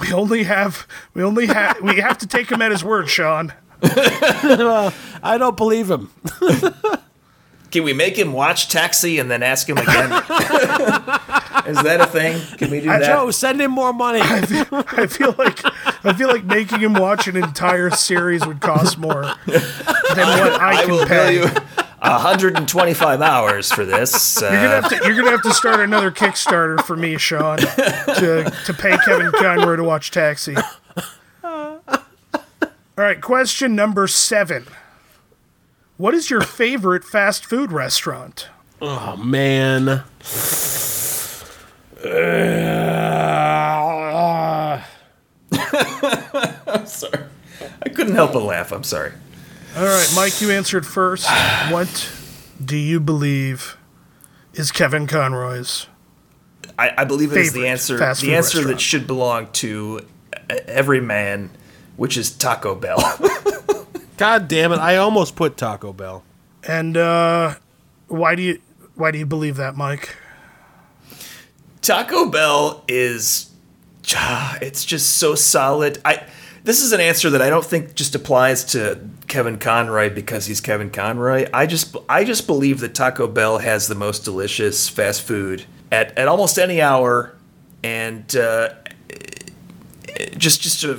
Speaker 1: We only have, we only have, we have to take him at his word, Sean.
Speaker 2: I don't believe him.
Speaker 3: Can we make him watch Taxi and then ask him again? Is that a thing? Can we do that?
Speaker 2: Joe, send him more money.
Speaker 1: I feel like, I feel like making him watch an entire series would cost more than what I,
Speaker 3: I
Speaker 1: can
Speaker 3: will bill
Speaker 1: pay.
Speaker 3: you 125 hours for this. Uh,
Speaker 1: You're gonna, have to, you're gonna have to start another Kickstarter for me, Sean, to, to pay Kevin Conroy to watch Taxi. All right, question number seven. What is your favorite fast food restaurant?
Speaker 2: oh man. Uh,
Speaker 3: sorry. I couldn't help but laugh. I'm sorry.
Speaker 1: All right, Mike, you answered first. What do you believe is Kevin Conroy's?
Speaker 3: I, I believe it is the
Speaker 1: Favorite
Speaker 3: answer.
Speaker 1: fast
Speaker 3: The
Speaker 1: food
Speaker 3: answer
Speaker 1: restaurant.
Speaker 3: that should belong to uh, every man, which is Taco Bell.
Speaker 2: God damn it! I almost put Taco Bell.
Speaker 1: And uh, why do you why do you believe that, Mike?
Speaker 3: Taco Bell is ah, it's just so solid. I this is an answer that I don't think just applies to Kevin Conroy because he's Kevin Conroy. I just I just believe that Taco Bell has the most delicious fast food at, at almost any hour and uh, just just a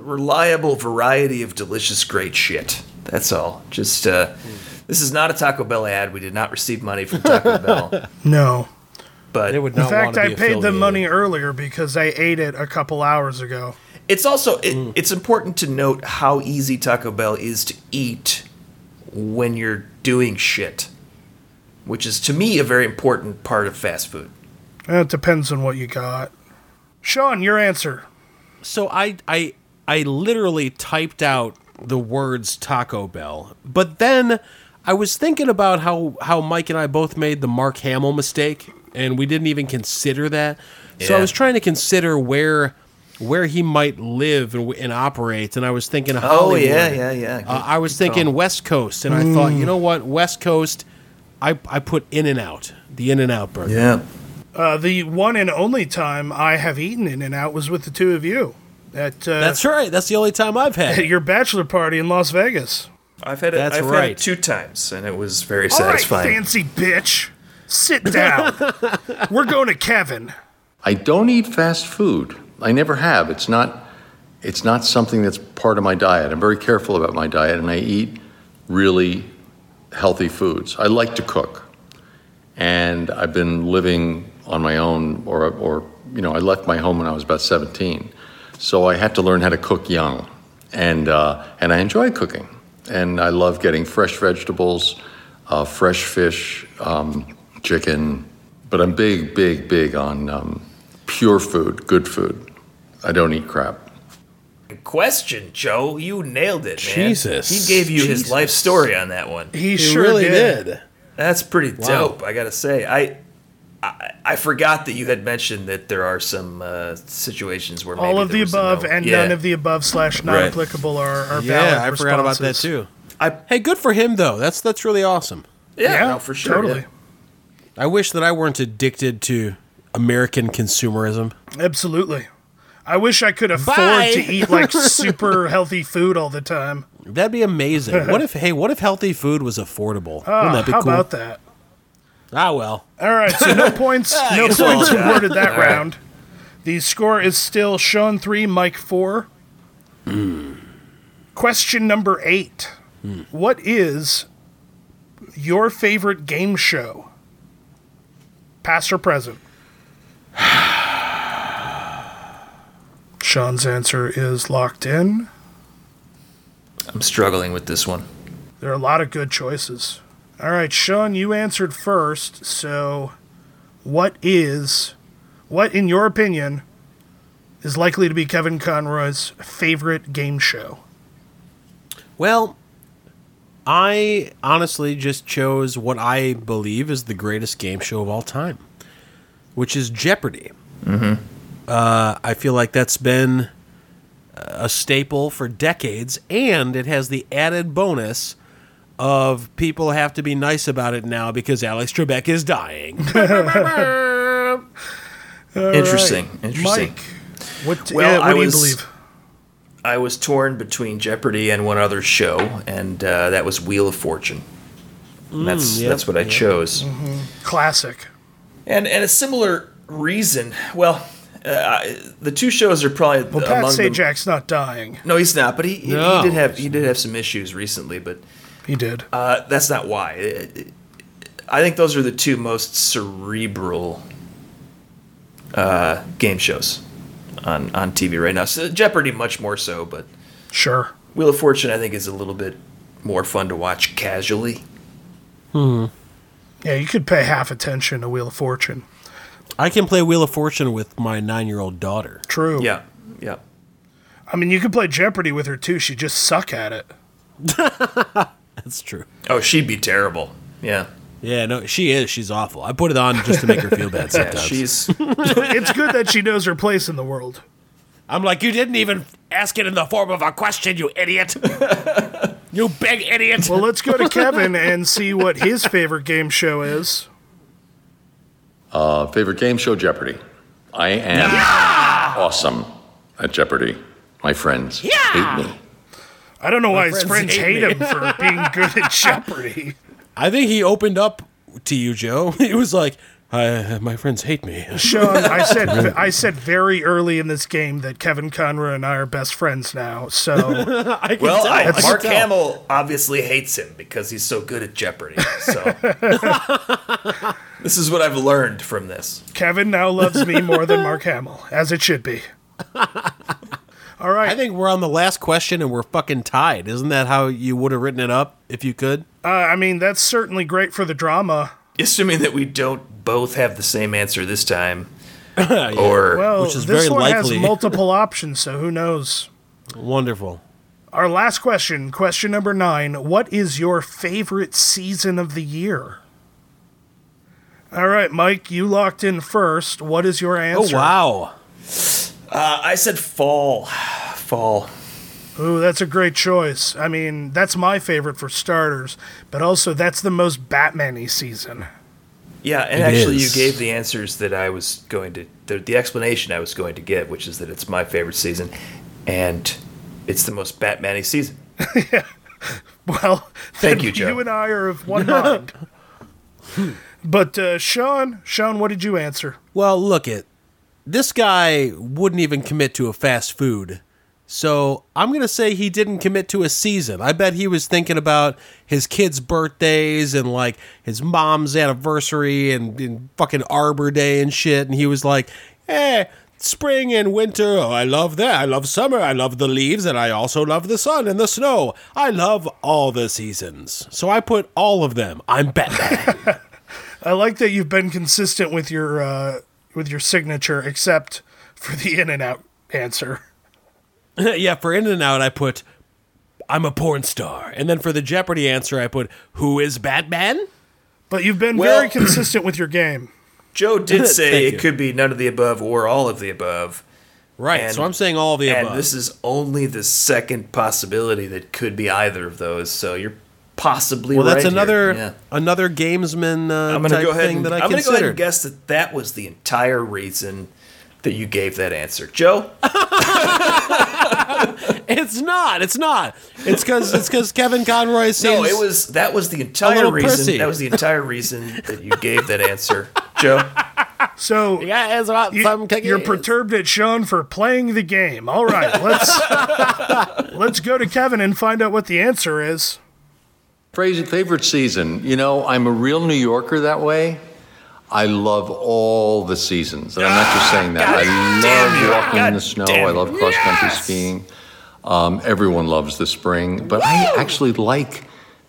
Speaker 3: reliable variety of delicious great shit. That's all. Just uh, this is not a Taco Bell ad. We did not receive money from Taco Bell,
Speaker 1: No.
Speaker 3: but
Speaker 2: They would not
Speaker 1: In fact,
Speaker 2: want to
Speaker 1: I
Speaker 2: be
Speaker 1: paid them
Speaker 2: affiliated.
Speaker 1: money earlier because I ate it a couple hours ago.
Speaker 3: It's also it, it's important to note how easy Taco Bell is to eat when you're doing shit, which is to me a very important part of fast food.
Speaker 1: Eh, It depends on what you got. Sean, your answer.
Speaker 2: So I I I literally typed out the words Taco Bell, but then I was thinking about how how Mike and I both made the Mark Hamill mistake, and we didn't even consider that. So I
Speaker 3: Yeah.
Speaker 2: was trying to consider where where he might live and, and operate, and I was thinking
Speaker 3: Oh
Speaker 2: Hollywood.
Speaker 3: yeah, yeah, yeah.
Speaker 2: Uh, I was thinking West Coast, and I
Speaker 1: Hmm.
Speaker 2: thought, you know what, West Coast. I, I put In and Out, the In and Out burger.
Speaker 3: yeah.
Speaker 1: Uh, the one and only time I have eaten In and Out was with the two of you at uh,
Speaker 2: That's right. That's the only time I've had.
Speaker 1: at
Speaker 2: it.
Speaker 1: your bachelor party in Las Vegas.
Speaker 3: I've had it.
Speaker 2: That's
Speaker 3: I've had
Speaker 2: right.
Speaker 3: it two times, and it was very
Speaker 1: All right,
Speaker 3: satisfying.
Speaker 1: fancy bitch, sit down. We're going to Kevin.
Speaker 6: I don't eat fast food. I never have. It's not it's not something that's part of my diet. I'm very careful about my diet and I eat really healthy foods. I like to cook. And I've been living on my own or or you know, I left my home when I was about 17. So I had to learn how to cook young. And uh, and I enjoy cooking. And I love getting fresh vegetables, uh, fresh fish, um, chicken, but I'm big, big, big on um, pure food, good food. I don't eat crap.
Speaker 3: Question, Joe, you nailed it, man.
Speaker 2: Jesus.
Speaker 3: he gave you his
Speaker 2: Jesus.
Speaker 3: life story on that one.
Speaker 1: He
Speaker 2: You
Speaker 1: sure
Speaker 2: really
Speaker 1: did.
Speaker 2: did.
Speaker 3: That's pretty dope. I gotta say, I. I, I forgot that you had mentioned that there are some uh, situations where
Speaker 1: All
Speaker 3: maybe
Speaker 1: of
Speaker 3: there
Speaker 1: the
Speaker 3: was a
Speaker 1: above
Speaker 3: no-
Speaker 1: and
Speaker 3: Yeah.
Speaker 1: none of the above slash not
Speaker 3: Right.
Speaker 1: applicable are, are valid.
Speaker 2: Yeah, I forgot about that
Speaker 1: responses.
Speaker 2: too.
Speaker 3: I-
Speaker 2: hey, good for him though. That's that's really awesome.
Speaker 3: Yeah,
Speaker 1: Yeah,
Speaker 3: no, for sure.
Speaker 1: Totally.
Speaker 3: yeah.
Speaker 2: I wish that I weren't addicted to American consumerism.
Speaker 1: Absolutely. I wish I could afford
Speaker 2: Bye.
Speaker 1: to eat like super healthy food all the time.
Speaker 2: That'd be amazing. what if hey, what if healthy food was affordable? Wouldn't that be
Speaker 1: How
Speaker 2: cool?
Speaker 1: about that?
Speaker 2: Ah well.
Speaker 1: All right, so no points, no
Speaker 3: guess I'll
Speaker 1: points
Speaker 3: do that.
Speaker 1: awarded that
Speaker 3: Ah, All right.
Speaker 1: round. The score is still Sean three, Mike four.
Speaker 3: Hmm.
Speaker 1: Question number eight: What is your favorite game show, past or present? Sean's answer is locked in.
Speaker 3: I'm struggling with this one.
Speaker 1: There are a lot of good choices. All right, Sean, you answered first. So, what is, what in your opinion, is likely to be Kevin Conroy's favorite game show?
Speaker 2: Well, I honestly just chose what I believe is the greatest game show of all time, which is Jeopardy. Mm-hmm. Uh, I feel like that's been a staple for decades, and it has the added bonus of people have to be nice about it now because Alex Trebek is dying.
Speaker 3: interesting. Interesting.
Speaker 1: Mike, what,
Speaker 3: Well,
Speaker 1: uh, what
Speaker 3: I
Speaker 1: do you
Speaker 3: was-
Speaker 1: believe?
Speaker 3: I was torn between Jeopardy and one other show, and uh, that was Wheel of Fortune.
Speaker 1: Mm,
Speaker 3: And that's that's what I chose.
Speaker 1: Mm-hmm. Classic.
Speaker 3: And and a similar reason. Well, uh, I- the two shows are probably
Speaker 1: Well, Pat
Speaker 3: among the,
Speaker 1: Sajak's not dying.
Speaker 3: No, he's not. But he, he-
Speaker 2: No.
Speaker 3: he did have he did have some issues recently. But
Speaker 1: He did.
Speaker 3: uh, that's not why. It- it- I think those are the two most cerebral uh, game shows on on TV right now. So Jeopardy much more so, but
Speaker 1: sure.
Speaker 3: Wheel of Fortune I think is a little bit more fun to watch casually.
Speaker 1: Yeah, you could pay half attention to Wheel of Fortune.
Speaker 2: I can play Wheel of Fortune with my nine-year-old daughter.
Speaker 1: True.
Speaker 3: Yeah, yeah.
Speaker 1: I mean, you could play Jeopardy with her too. She'd just suck at it.
Speaker 2: That's true.
Speaker 3: Oh, she'd be terrible. Yeah,
Speaker 2: Yeah, no, she is. She's awful. I put it on just to make her feel bad
Speaker 3: yeah.
Speaker 2: sometimes.
Speaker 3: She's
Speaker 1: It's good that she knows her place in the world.
Speaker 2: I'm like, you didn't even ask it in the form of a question, you idiot. you big idiot.
Speaker 1: Well, let's go to Kevin and see what his favorite game show is.
Speaker 6: Uh, favorite game show Jeopardy. I am awesome at Jeopardy. My friends hate me.
Speaker 1: I don't know why his
Speaker 2: friends
Speaker 1: friends hate
Speaker 2: hate
Speaker 1: him for being good at Jeopardy.
Speaker 2: I think he opened up to you, Joe. He was like, I, my friends hate me.
Speaker 1: Sean, I said I said very early in this game that Kevin Conroy and I are best friends now. So
Speaker 2: I can
Speaker 3: well.
Speaker 2: tell.
Speaker 3: I,
Speaker 2: can
Speaker 3: Mark
Speaker 2: tell.
Speaker 3: Hamill obviously hates him because he's so good at Jeopardy. So this is what I've learned from this.
Speaker 1: Kevin now loves me more than Mark Hamill, as it should be. All right.
Speaker 2: I think we're on the last question and we're fucking tied. Isn't that how you would have written it up if you could?
Speaker 1: uh, I mean, that's certainly great for the drama.
Speaker 3: assuming that we don't both have the same answer this time or
Speaker 1: Well,
Speaker 2: Which is
Speaker 1: Oh, this
Speaker 2: very
Speaker 1: one
Speaker 2: likely.
Speaker 1: has multiple options, so who knows?
Speaker 2: Wonderful.
Speaker 1: Our last question, question number nine. What is your favorite season of the year? All right, Mike, you locked in first. What is your
Speaker 2: Oh,
Speaker 1: answer?
Speaker 2: wow.
Speaker 3: uh, i said fall fall
Speaker 1: Ooh, that's a great choice. I mean, that's my favorite for starters, but also that's the most Batman y season.
Speaker 3: yeah and
Speaker 2: It
Speaker 3: actually
Speaker 2: is.
Speaker 3: you gave the answers that i was going to the, the explanation i was going to give which is that it's my favorite season and it's the most batman-y season
Speaker 1: Well,
Speaker 3: Thank
Speaker 1: then
Speaker 3: you, Joe.
Speaker 1: You and I are of one mind. But uh, Sean, Sean, what did you answer?
Speaker 2: Well, look it. This guy wouldn't even commit to a fast food. So I'm gonna say he didn't commit to a season. I bet he was thinking about his kids' birthdays and like his mom's anniversary and, and fucking Arbor Day and shit. And he was like, "Eh, spring and winter. Oh, I love that. I love summer. I love the leaves, and I also love the sun and the snow. I love all the seasons. So I put all of them. I'm Batman.
Speaker 1: I like that you've been consistent with your uh, with your signature, except for the in and out answer.
Speaker 2: yeah, for In and Out, I put I'm a porn star, and then for the Jeopardy answer, I put Who is Batman?
Speaker 1: But you've been
Speaker 3: Well-
Speaker 1: very consistent with your game.
Speaker 3: joe did say
Speaker 2: Thank
Speaker 3: it
Speaker 2: you.
Speaker 3: could be none of the above or all of the above
Speaker 2: Right.
Speaker 3: And-
Speaker 2: so I'm saying all the
Speaker 3: and
Speaker 2: above.
Speaker 3: this is only the second possibility that could be either of those so you're possibly
Speaker 2: well, that's
Speaker 3: right here.
Speaker 2: another
Speaker 3: Yeah.
Speaker 2: another gamesman uh,
Speaker 3: I'm gonna
Speaker 2: type
Speaker 3: go ahead
Speaker 2: thing
Speaker 3: and
Speaker 2: that I
Speaker 3: am gonna go ahead
Speaker 2: considered.
Speaker 3: and guess that that was the entire reason that you gave that answer. Joe,
Speaker 2: It's not. It's not. It's because it's because Kevin Conroy seems.
Speaker 3: no, it was that was the entire
Speaker 2: little
Speaker 3: reason.
Speaker 2: prissy.
Speaker 3: That was the entire reason that you gave that answer. Joe,
Speaker 1: So
Speaker 2: Yeah, it's not
Speaker 1: you,
Speaker 2: some
Speaker 1: are perturbed at Sean for playing the game. All right, let's let's go to Kevin and find out what the answer is.
Speaker 6: Phrase favorite season. You know, I'm a real New Yorker that way. I love all the seasons, and I'm not just saying that. I love walking in the snow. I love cross country skiing. Um, everyone loves the spring, but I actually like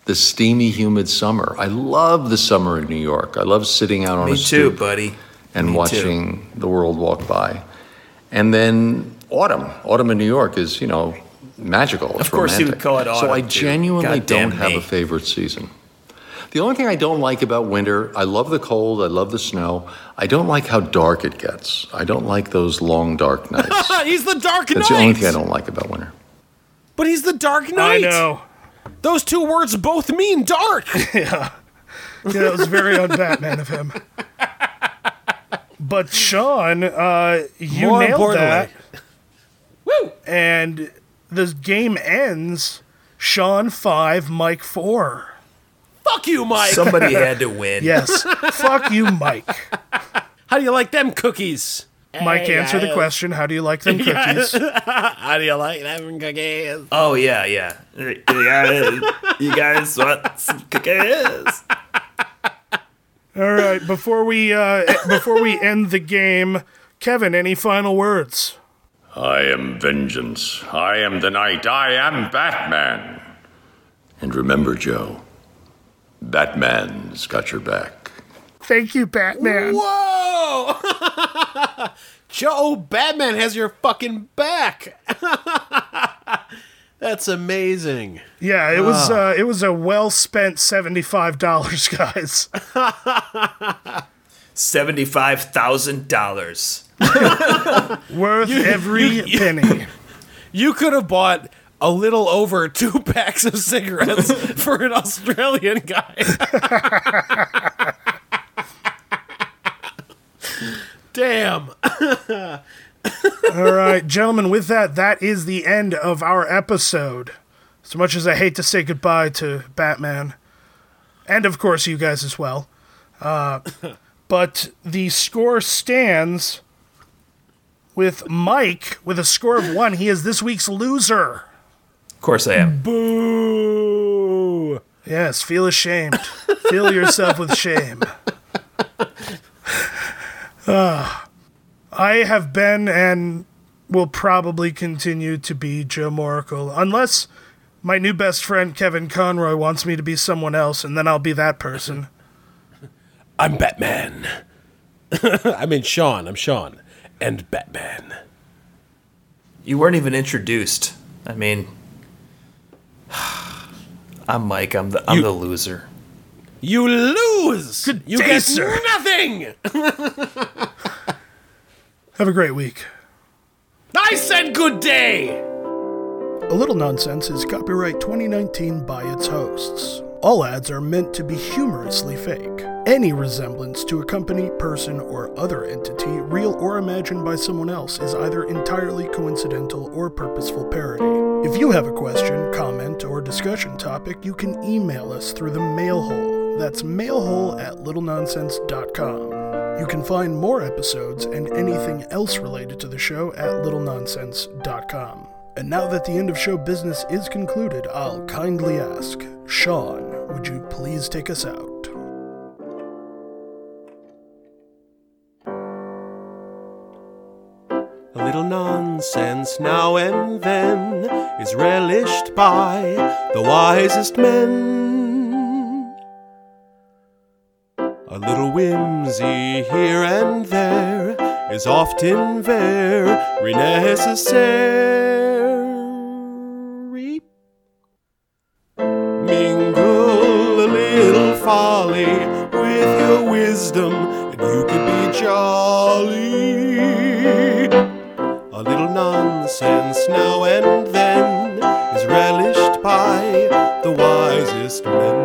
Speaker 6: the steamy, humid summer. I love the summer in New York. I love sitting out on
Speaker 3: me
Speaker 6: a
Speaker 3: too,
Speaker 6: stoop
Speaker 3: buddy.
Speaker 6: and
Speaker 3: Me too.
Speaker 6: watching the world walk by. And then autumn. Autumn in New York is, you know, magical. It's
Speaker 3: Of course he would
Speaker 6: romantic.
Speaker 3: call it autumn,
Speaker 6: So I
Speaker 3: dude.
Speaker 6: genuinely
Speaker 3: Goddamn
Speaker 6: don't have
Speaker 3: me.
Speaker 6: a favorite season. The only thing I don't like about winter, I love the cold, I love the snow. I don't like how dark it gets. I don't like those long dark nights.
Speaker 2: Ah, he's the Dark Knight.
Speaker 6: That's the only thing I don't like about winter.
Speaker 2: But he's the Dark Knight.
Speaker 1: I know.
Speaker 2: Those two words both mean dark.
Speaker 1: Yeah, that was very un-Batman of him. But Sean, uh, you
Speaker 2: More
Speaker 1: nailed that,
Speaker 2: importantly. Woo!
Speaker 1: and the game ends. Sean five, Mike four.
Speaker 2: Fuck you, Mike.
Speaker 3: Somebody had to win.
Speaker 1: Yes, fuck you, Mike.
Speaker 2: How do you like them cookies?
Speaker 1: Mike, answer the question. How do you like them cookies?
Speaker 2: How do you like them cookies?
Speaker 3: Oh yeah, yeah. You guys, you guys want some cookies?
Speaker 1: All right, before we uh, before we end the game, Kevin, any final words?
Speaker 6: I am vengeance. I am the night. I am Batman. And remember, Joe, Batman's got your back.
Speaker 1: Thank you, Batman.
Speaker 2: Whoa! Oh, Joe Batman has your fucking back. That's amazing.
Speaker 1: Yeah, it was uh, it was a well spent seventy five dollars, guys.
Speaker 3: Seventy-five thousand dollars.
Speaker 1: Worth every penny.
Speaker 2: You could have bought a little over two packs of cigarettes for an Australian guy. Damn.
Speaker 1: All right, gentlemen. With that, that is the end of our episode. As much as I hate to say goodbye to Batman, and of course you guys as well, uh, but the score stands with Mike with a score of one. He is this week's loser.
Speaker 3: Of course I am.
Speaker 2: Boo.
Speaker 1: Yes, feel ashamed. Fill yourself with shame. Ah. I have been and will probably continue to be Joe Moracle, unless my new best friend Kevin Conroy wants me to be someone else, and then I'll be that person.
Speaker 2: I'm Batman. I mean, Sean. I'm Sean. And Batman.
Speaker 3: You weren't even introduced. I mean, I'm Mike. I'm the I'm the loser.
Speaker 2: You lose. you
Speaker 1: day,
Speaker 2: get
Speaker 1: sir.
Speaker 2: nothing.
Speaker 1: Have a great week.
Speaker 2: I said good day.
Speaker 1: A Little Nonsense is copyright 2019 by its hosts. All ads are meant to be humorously fake. Any resemblance to a company, person, or other entity, real or imagined by someone else, is either entirely coincidental or purposeful parody. If you have a question, comment, or discussion topic, you can email us through the mailhole. That's mailhole at littlenonsense.com. You can find more episodes and anything else related to the show at littlenonsense.com. And now that the end of show business is concluded, I'll kindly ask Sean, would you please take us out?
Speaker 2: A little nonsense now and then is relished by the wisest men. A little whimsy here and there is often very necessary. Mingle a little folly with your wisdom, and you could be jolly. A little nonsense now and then is relished by the wisest men.